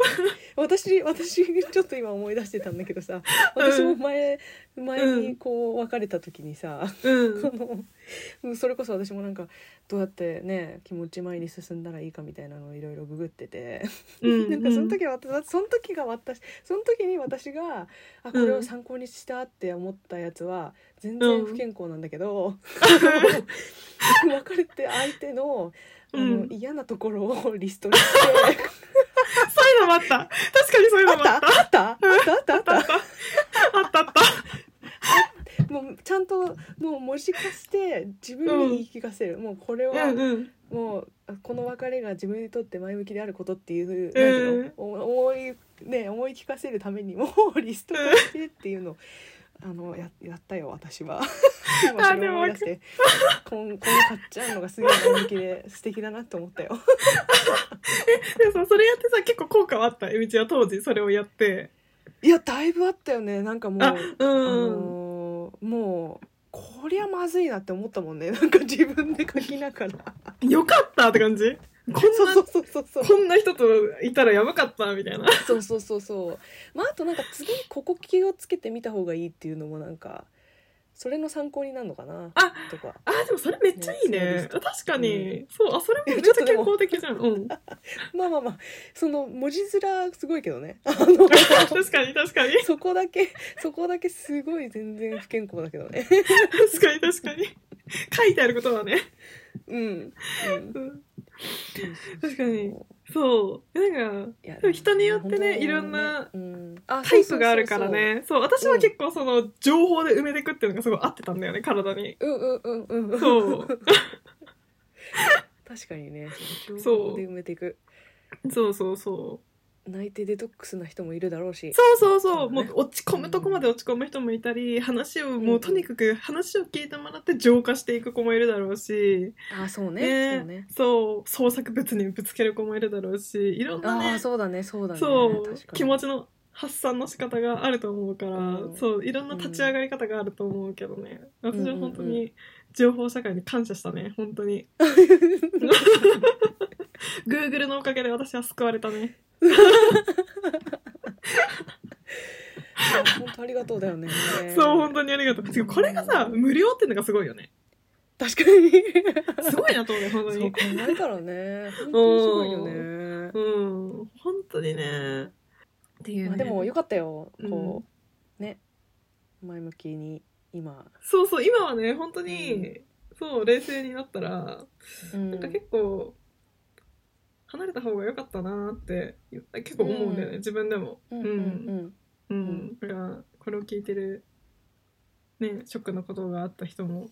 [SPEAKER 4] 私私ちょっと今思い出してたんだけどさ私も前、前にこう別れた時にさ、
[SPEAKER 3] うん
[SPEAKER 4] あのうんそれこそ私もなんかどうやってね気持ち前に進んだらいいかみたいなのをいろいろググってて、
[SPEAKER 3] うん
[SPEAKER 4] なんかその時は私その時が私その時に私があこれを参考にしたって思ったやつは全然不健康なんだけど、 別れて相手のあの、
[SPEAKER 3] うん
[SPEAKER 4] 嫌なところをリストにして
[SPEAKER 3] そういうのもあった確かにそういうの
[SPEAKER 4] あっ
[SPEAKER 3] もあ
[SPEAKER 4] たあ
[SPEAKER 3] っ
[SPEAKER 4] ったあったあったあった
[SPEAKER 3] たあったあったあった
[SPEAKER 4] もうちゃんともう文字化して自分に言い聞かせる、もうこれは、
[SPEAKER 3] うんうん
[SPEAKER 4] もうあこの別れが自分にとって前向きであることっていう、
[SPEAKER 3] うん
[SPEAKER 4] なんていうのお思いね思い聞かせるためにも うリスト化してっていうのをあのややったよ私 は今それを思い出 してこんこのかっちゃんのがすげえ前向きで素敵だなと思ったよ
[SPEAKER 3] でもさそれやってさ結構効果はあったえみちは当時それをやって
[SPEAKER 4] いやだいぶあったよねなんかもう
[SPEAKER 3] あ
[SPEAKER 4] あ、
[SPEAKER 3] うん、
[SPEAKER 4] のーもうこりゃまずいなって思ったもんねなんか自分で書きながら
[SPEAKER 3] よかったって感じこんな
[SPEAKER 4] そうそうそうそう
[SPEAKER 3] こんな人といたらやばかったみたいな
[SPEAKER 4] そうそうそうそう。まああとなんか次ここ気をつけてみた方がいいっていうのもなんかそれの参考になるのかな
[SPEAKER 3] あ
[SPEAKER 4] とか。
[SPEAKER 3] あーでもそれめっちゃいい
[SPEAKER 4] ねそうで
[SPEAKER 3] ね
[SPEAKER 4] す
[SPEAKER 3] 確かに、
[SPEAKER 4] う
[SPEAKER 3] そうあそれもめっちゃ健康的じゃん うん
[SPEAKER 4] まあまあまあその文字面すごいけどね。あの
[SPEAKER 3] 確かに確かに
[SPEAKER 4] そこだけそこだけすごい全然不健康だけどね。
[SPEAKER 3] 確かに確かに書いてあることはね
[SPEAKER 4] うん。うん
[SPEAKER 3] うん確かにそうなんかでも人によってねいろんなタイプがあるから。
[SPEAKER 4] いや
[SPEAKER 3] ねそう私は結構その情報で埋めていくっていうのがすごい合ってたんだよね体に
[SPEAKER 4] 本当にねうんうんうんうんうん。
[SPEAKER 3] そう
[SPEAKER 4] 確かにね。
[SPEAKER 3] そう
[SPEAKER 4] 情報で埋めていく。
[SPEAKER 3] そうそうそう
[SPEAKER 4] 泣いてデトックスな人もいるだろうし。
[SPEAKER 3] そうそうそう
[SPEAKER 4] そうだ
[SPEAKER 3] も
[SPEAKER 4] ね
[SPEAKER 3] う落ち込むとこまで落ち込む人もいたり話をもうとにかく話を聞いてもらって浄化していく子もいるだろうし、
[SPEAKER 4] あそう
[SPEAKER 3] ね
[SPEAKER 4] ね。そうね。
[SPEAKER 3] そう創作物にぶつける子もいるだろうしいろんな
[SPEAKER 4] あ
[SPEAKER 3] ね
[SPEAKER 4] あそうだねそうだね。
[SPEAKER 3] そう
[SPEAKER 4] 確かに
[SPEAKER 3] 気持ちの発散の仕方があると思うから、
[SPEAKER 4] うん
[SPEAKER 3] そういろんな立ち上がり方があると思うけどね、
[SPEAKER 4] ん
[SPEAKER 3] 私は本当に情報社会に感謝したね本当 に Google のおかげで私は救われたね
[SPEAKER 4] 本当ありがとうだよね。
[SPEAKER 3] そう本当にありがとうてかこれがさ無料っていうのがすごいよね
[SPEAKER 4] 確かに。
[SPEAKER 3] すごいなと思うね本当
[SPEAKER 4] そう
[SPEAKER 3] に
[SPEAKER 4] 考えたらね、本当にすごいよね。
[SPEAKER 3] うん本当にねっていう、ね
[SPEAKER 4] まあでも良かったよ。
[SPEAKER 3] うん
[SPEAKER 4] こうね、前向きに今。
[SPEAKER 3] そうそう今はね本当に、そう冷静になったら、
[SPEAKER 4] うん
[SPEAKER 3] なんか結構離れた方が良かったなって結構思うんだよね、
[SPEAKER 4] うん
[SPEAKER 3] 自分でも
[SPEAKER 4] うんうん
[SPEAKER 3] うん、
[SPEAKER 4] ん
[SPEAKER 3] だからこれを聞いてるねショックのことがあった人も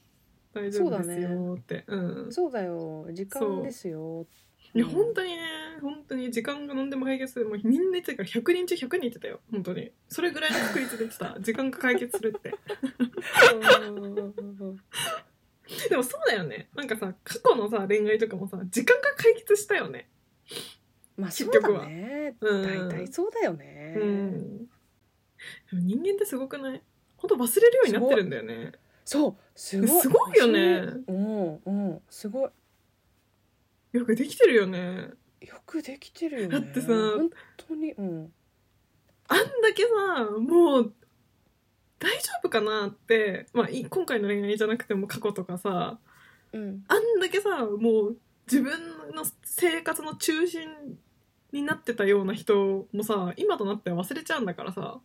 [SPEAKER 3] 大丈
[SPEAKER 4] そうだ
[SPEAKER 3] 夫
[SPEAKER 4] ね
[SPEAKER 3] ですよってう,、
[SPEAKER 4] うんん。そうだよ。時間ですよ。
[SPEAKER 3] いや本当にね本当に時間が何でも解決するもうみんな言ってたから100人中100人言ってたよ本当にそれぐらいの確率で言ってた時間が解決するって
[SPEAKER 4] うん
[SPEAKER 3] でもそうだよねなんかさ過去のさ恋愛とかもさ時間が解決したよね
[SPEAKER 4] まあ
[SPEAKER 3] 結
[SPEAKER 4] そう
[SPEAKER 3] 局は
[SPEAKER 4] だね。
[SPEAKER 3] うん
[SPEAKER 4] 大体そうだよね
[SPEAKER 3] う。んでも人間ってすごくない本当忘れるようになってるんだよね
[SPEAKER 4] そうすごい。
[SPEAKER 3] すごいよね
[SPEAKER 4] うんうんすごい。
[SPEAKER 3] よくできてるよね
[SPEAKER 4] よくできてるよね。
[SPEAKER 3] だってさ
[SPEAKER 4] 本当にうん。
[SPEAKER 3] あんだけさもう大丈夫かなって、まあ、い今回の恋愛じゃなくても過去とかさ
[SPEAKER 4] うん
[SPEAKER 3] あんだけさもう自分の生活の中心になってたような人もさ今となっては忘れちゃうんだからさ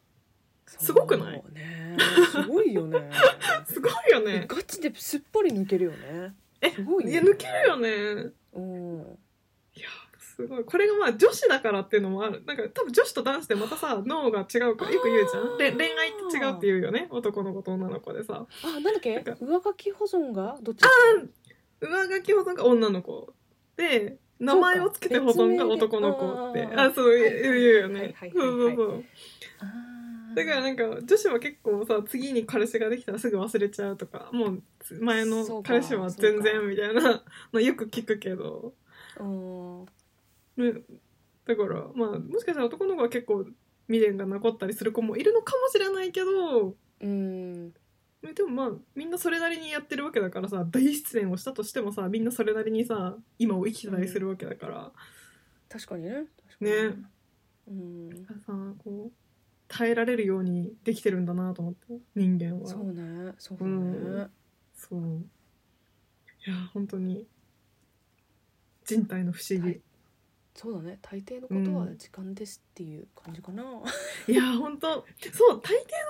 [SPEAKER 3] すごくない
[SPEAKER 4] そうねすごいよ ね
[SPEAKER 3] すごいよね
[SPEAKER 4] ガチですっぽり抜けるよね
[SPEAKER 3] え
[SPEAKER 4] すごいよ
[SPEAKER 3] いや抜けるよね
[SPEAKER 4] うん
[SPEAKER 3] いやすごいこれがまあ女子だからっていうのもあるなんか多分女子と男子でまたさ脳が違うからよく言うじゃん
[SPEAKER 4] あー
[SPEAKER 3] れ恋愛って違うって言うよね男の子と女の子でさ
[SPEAKER 4] あなんだっけ
[SPEAKER 3] なんか
[SPEAKER 4] 上書き保存がどっち
[SPEAKER 3] 上書き保存が女の子で名前をつけて保存が男の子って
[SPEAKER 4] そうか
[SPEAKER 3] あそう
[SPEAKER 4] 別
[SPEAKER 3] 言
[SPEAKER 4] 名
[SPEAKER 3] う言
[SPEAKER 4] であー
[SPEAKER 3] うよ
[SPEAKER 4] はい
[SPEAKER 3] ね
[SPEAKER 4] はいはいはい
[SPEAKER 3] そうそうそう
[SPEAKER 4] あー
[SPEAKER 3] だからなんか女子は結構さ次に彼氏ができたらすぐ忘れちゃうとかもう前
[SPEAKER 4] そう
[SPEAKER 3] の
[SPEAKER 4] か
[SPEAKER 3] 彼氏は全
[SPEAKER 4] そうか
[SPEAKER 3] 然みたいなのよく聞くけど
[SPEAKER 4] うん
[SPEAKER 3] ね、だからまあもしかしたら男の子は結構未練が残ったりする子もいるのかもしれないけど
[SPEAKER 4] うん
[SPEAKER 3] ねでもまあみんなそれなりにやってるわけだからさ大失恋をしたとしてもさみんなそれなりにさ今を生きてたりするわけだから、
[SPEAKER 4] 確かにね確かに
[SPEAKER 3] ね
[SPEAKER 4] うん
[SPEAKER 3] さこう耐えられるようにできてるんだなと思って人間は
[SPEAKER 4] そうねそうね、
[SPEAKER 3] うんそういや本当に人体の不思議、
[SPEAKER 4] はいそうだね大抵のことは
[SPEAKER 3] うん
[SPEAKER 4] 時間ですっていう感 じかな、
[SPEAKER 3] いや本当そう大抵の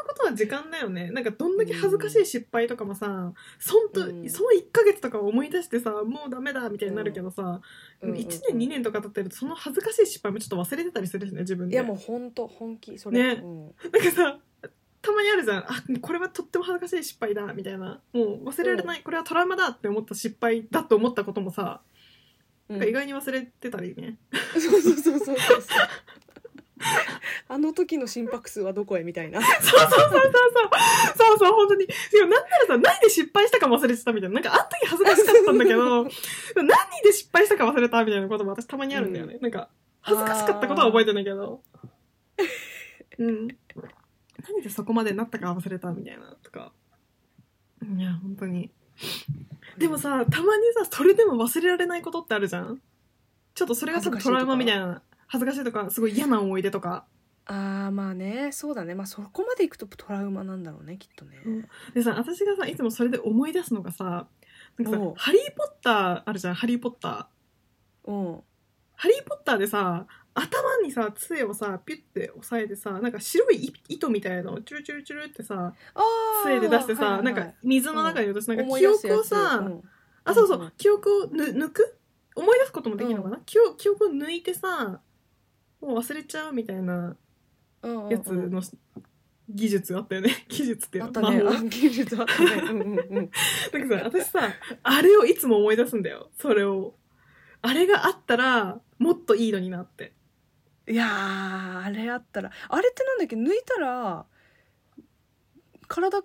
[SPEAKER 3] ことは時間だよねなんかどんだけ恥ずかしい失敗とかもさ、そんと
[SPEAKER 4] うん
[SPEAKER 3] その1ヶ月とかを思い出してさもうダメだみたいになるけどさ、
[SPEAKER 4] うんうんうん
[SPEAKER 3] 1年2年とか経ってるとその恥ずかしい失敗もちょっと忘れてたりするしね自分
[SPEAKER 4] い
[SPEAKER 3] で
[SPEAKER 4] やもう本当本気それ、
[SPEAKER 3] ね
[SPEAKER 4] うん、
[SPEAKER 3] なんかさたまにあるじゃんあこれはとっても恥ずかしい失敗だみたいなもう忘れられない、これはトラウマだって思った失敗だと思ったこともさ、
[SPEAKER 4] う
[SPEAKER 3] なんんか意外に忘れてたりね
[SPEAKER 4] そうそうそうそ うそうそうあの時の心拍数はどこへみたいな
[SPEAKER 3] そうそうそうそうそう。そうそう、本当に。でもなんならさ、何で失敗したか忘れてたみたいな。なんか、あの時恥ずかしかったんだけど、何で失敗したか忘れたみたいなことも私たまにあるんだよね。なんか、恥ずかしかったことは覚えてないけど。うん。何でそこまでなったか忘れたみたいな、とか。いや、本当に。でもさ、たまにさ、それでも忘れられないことってあるじゃんちょっとそれが多分トラウマみたいな。恥ずかしいとか、すごい嫌な思い出とか。
[SPEAKER 4] あーまあねそうだねまあそこまでいくとトラウマなんだろうねきっとね、
[SPEAKER 3] うんでさ私がさいつもそれで思い出すのがさなんか
[SPEAKER 4] おう
[SPEAKER 3] さ「ハリー・ポッター」あるじゃん「ハリー・ポッター」
[SPEAKER 4] うん
[SPEAKER 3] 「ハリー・ポッター」でさ頭にさ杖をさピュッて押さえてさなんか白いい糸みたいなのをチュルチュルチュルってさ
[SPEAKER 4] あー
[SPEAKER 3] 杖で出してさ、
[SPEAKER 4] はいはいはい
[SPEAKER 3] なんか水の中に落としてなんか
[SPEAKER 4] 思い
[SPEAKER 3] 記
[SPEAKER 4] 出す
[SPEAKER 3] 憶
[SPEAKER 4] や
[SPEAKER 3] を
[SPEAKER 4] つ
[SPEAKER 3] さ、
[SPEAKER 4] うん
[SPEAKER 3] あそうそう、
[SPEAKER 4] うんうん
[SPEAKER 3] 記憶をぬ抜く思い出すこともできるのかな、記憶記憶を抜いてさもう忘れちゃうみたいな
[SPEAKER 4] うんうんうん
[SPEAKER 3] やつの技術あったよね 技術っていう
[SPEAKER 4] あっ
[SPEAKER 3] の
[SPEAKER 4] たね
[SPEAKER 3] 魔法
[SPEAKER 4] あ技術あったねうんうんうん
[SPEAKER 3] なんかさ、私さ、あれをいつも思い出すんだよ。それを。あれがあったら、もっといいのになって。
[SPEAKER 4] いやーあれあったらあれってなんだっけ抜いたら体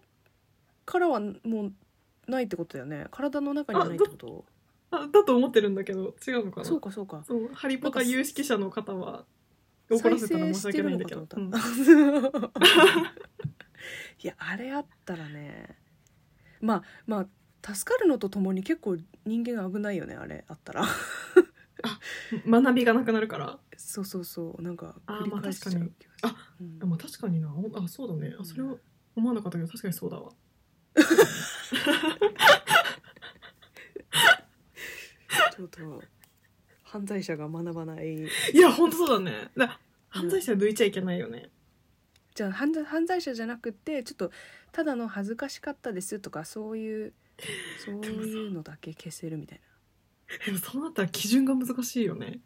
[SPEAKER 4] からはもうないってことだよね体の中にはないってこと
[SPEAKER 3] あだと思ってるんだけど、違うのかな
[SPEAKER 4] そう
[SPEAKER 3] そう
[SPEAKER 4] かそうか
[SPEAKER 3] ハリポタ有識者の方は、怒らせたら申し訳ないんだけど。
[SPEAKER 4] 再生
[SPEAKER 3] うん
[SPEAKER 4] してるのかと思ったいやあれあったらねまあまあ助かるのとともに結構人間危ないよねあれあったら
[SPEAKER 3] 学びがなくなるから。
[SPEAKER 4] そうそうそうなんか
[SPEAKER 3] あー
[SPEAKER 4] 繰り返しちゃう気がする
[SPEAKER 3] まあ確
[SPEAKER 4] うん
[SPEAKER 3] あまあ、確かにな。あ、そうだね。あ、それを思わなかったけど、確かにそうだわ。
[SPEAKER 4] ちょっと犯罪者が学ばない
[SPEAKER 3] いや、ほんとそうだね。だ犯罪者抜いちゃいけないよね。
[SPEAKER 4] じゃあ犯罪犯罪者じゃなくてちょっとただの恥ずかしかったですとかそういうそういうのだけ消せるみたい
[SPEAKER 3] でもそうなったら基準が難しいよね。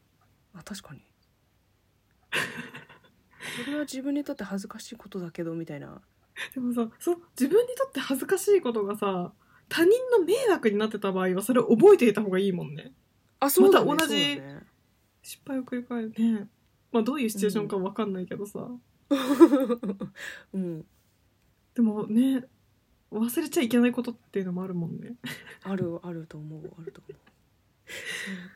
[SPEAKER 4] なあ 確かにこれは自分にとって恥ずかしいことだけどみたいな
[SPEAKER 3] でもさそう自分にとって恥ずかしいことがさ他人の迷惑になってた場合はそれを覚えていた方がいいもんね
[SPEAKER 4] あそうだ、ね、
[SPEAKER 3] また同じ
[SPEAKER 4] そうだね
[SPEAKER 3] 失敗を繰り返るねまあどういうシチュエーションか分かんないけどさ、
[SPEAKER 4] うん
[SPEAKER 3] でもね忘れちゃいけないことっていうのもあるもんね
[SPEAKER 4] あるあると思うあると思う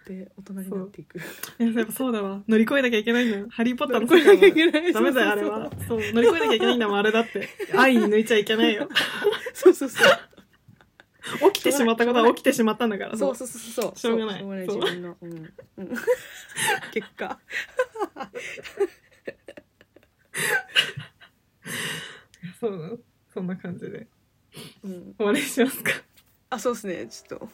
[SPEAKER 4] そうやって大人になっていく
[SPEAKER 3] い ややっぱそうだわ乗り越えなきゃいけないんだよハリー・ポッターの
[SPEAKER 4] こ
[SPEAKER 3] 世
[SPEAKER 4] れ
[SPEAKER 3] 界
[SPEAKER 4] だけい
[SPEAKER 3] は
[SPEAKER 4] けない
[SPEAKER 3] ダメだよあ
[SPEAKER 4] そ
[SPEAKER 3] れ
[SPEAKER 4] うそうそう
[SPEAKER 3] はそう乗り越えなきゃいけないんだもんあれだ って愛に抜いちゃいけないよ
[SPEAKER 4] そうそうそう
[SPEAKER 3] 起きてしまったことは起きてしまったんだから
[SPEAKER 4] そう
[SPEAKER 3] そ
[SPEAKER 4] そうそうそうそう。
[SPEAKER 3] しょうがない
[SPEAKER 4] しょうがない
[SPEAKER 3] そ
[SPEAKER 4] 自
[SPEAKER 3] う
[SPEAKER 4] 分の、うん、うん 結果。
[SPEAKER 3] うそうそんな感じで
[SPEAKER 4] うん、
[SPEAKER 3] 終わりにしますか
[SPEAKER 4] あそうですねちょ っと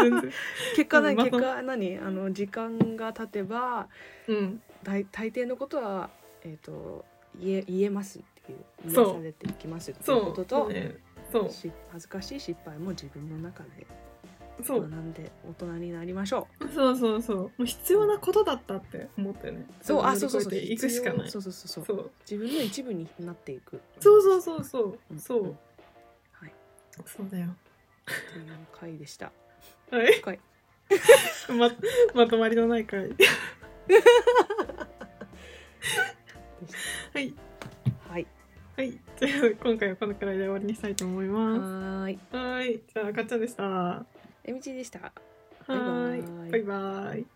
[SPEAKER 3] 全然
[SPEAKER 4] 結果何
[SPEAKER 3] また
[SPEAKER 4] 結果何あの時間が経てば
[SPEAKER 3] うん
[SPEAKER 4] 大大抵のことはえっ、と言え言えますっていう言
[SPEAKER 3] そう
[SPEAKER 4] えされていきますって
[SPEAKER 3] そ
[SPEAKER 4] いううことと、
[SPEAKER 3] ねそう
[SPEAKER 4] し恥ずかしい失敗も自分の中で
[SPEAKER 3] そ
[SPEAKER 4] 学
[SPEAKER 3] うん
[SPEAKER 4] で大人になりましょう。
[SPEAKER 3] そうそうそうもう必要なことだったって思ってね
[SPEAKER 4] そうあ
[SPEAKER 3] 乗り
[SPEAKER 4] そ
[SPEAKER 3] 越え
[SPEAKER 4] うそうそう
[SPEAKER 3] ていくしかないそ
[SPEAKER 4] 必要
[SPEAKER 3] う
[SPEAKER 4] そうそうそ
[SPEAKER 3] そ
[SPEAKER 4] うそう
[SPEAKER 3] う
[SPEAKER 4] 自分の一部になっていく。
[SPEAKER 3] そうそうそう
[SPEAKER 4] うん
[SPEAKER 3] そ
[SPEAKER 4] うん
[SPEAKER 3] う
[SPEAKER 4] はい
[SPEAKER 3] そうだよ
[SPEAKER 4] という回でした。
[SPEAKER 3] はい
[SPEAKER 4] 回
[SPEAKER 3] ままとまりのない回
[SPEAKER 4] でし
[SPEAKER 3] はい
[SPEAKER 4] たはい
[SPEAKER 3] はいじゃあ今回はこのくらいで終わりにしたいと思い
[SPEAKER 4] は
[SPEAKER 3] ま
[SPEAKER 4] ーい
[SPEAKER 3] すはいじゃあかっちゃんでしたは
[SPEAKER 4] えみちでした。バイバーイ
[SPEAKER 3] ーいバイバイ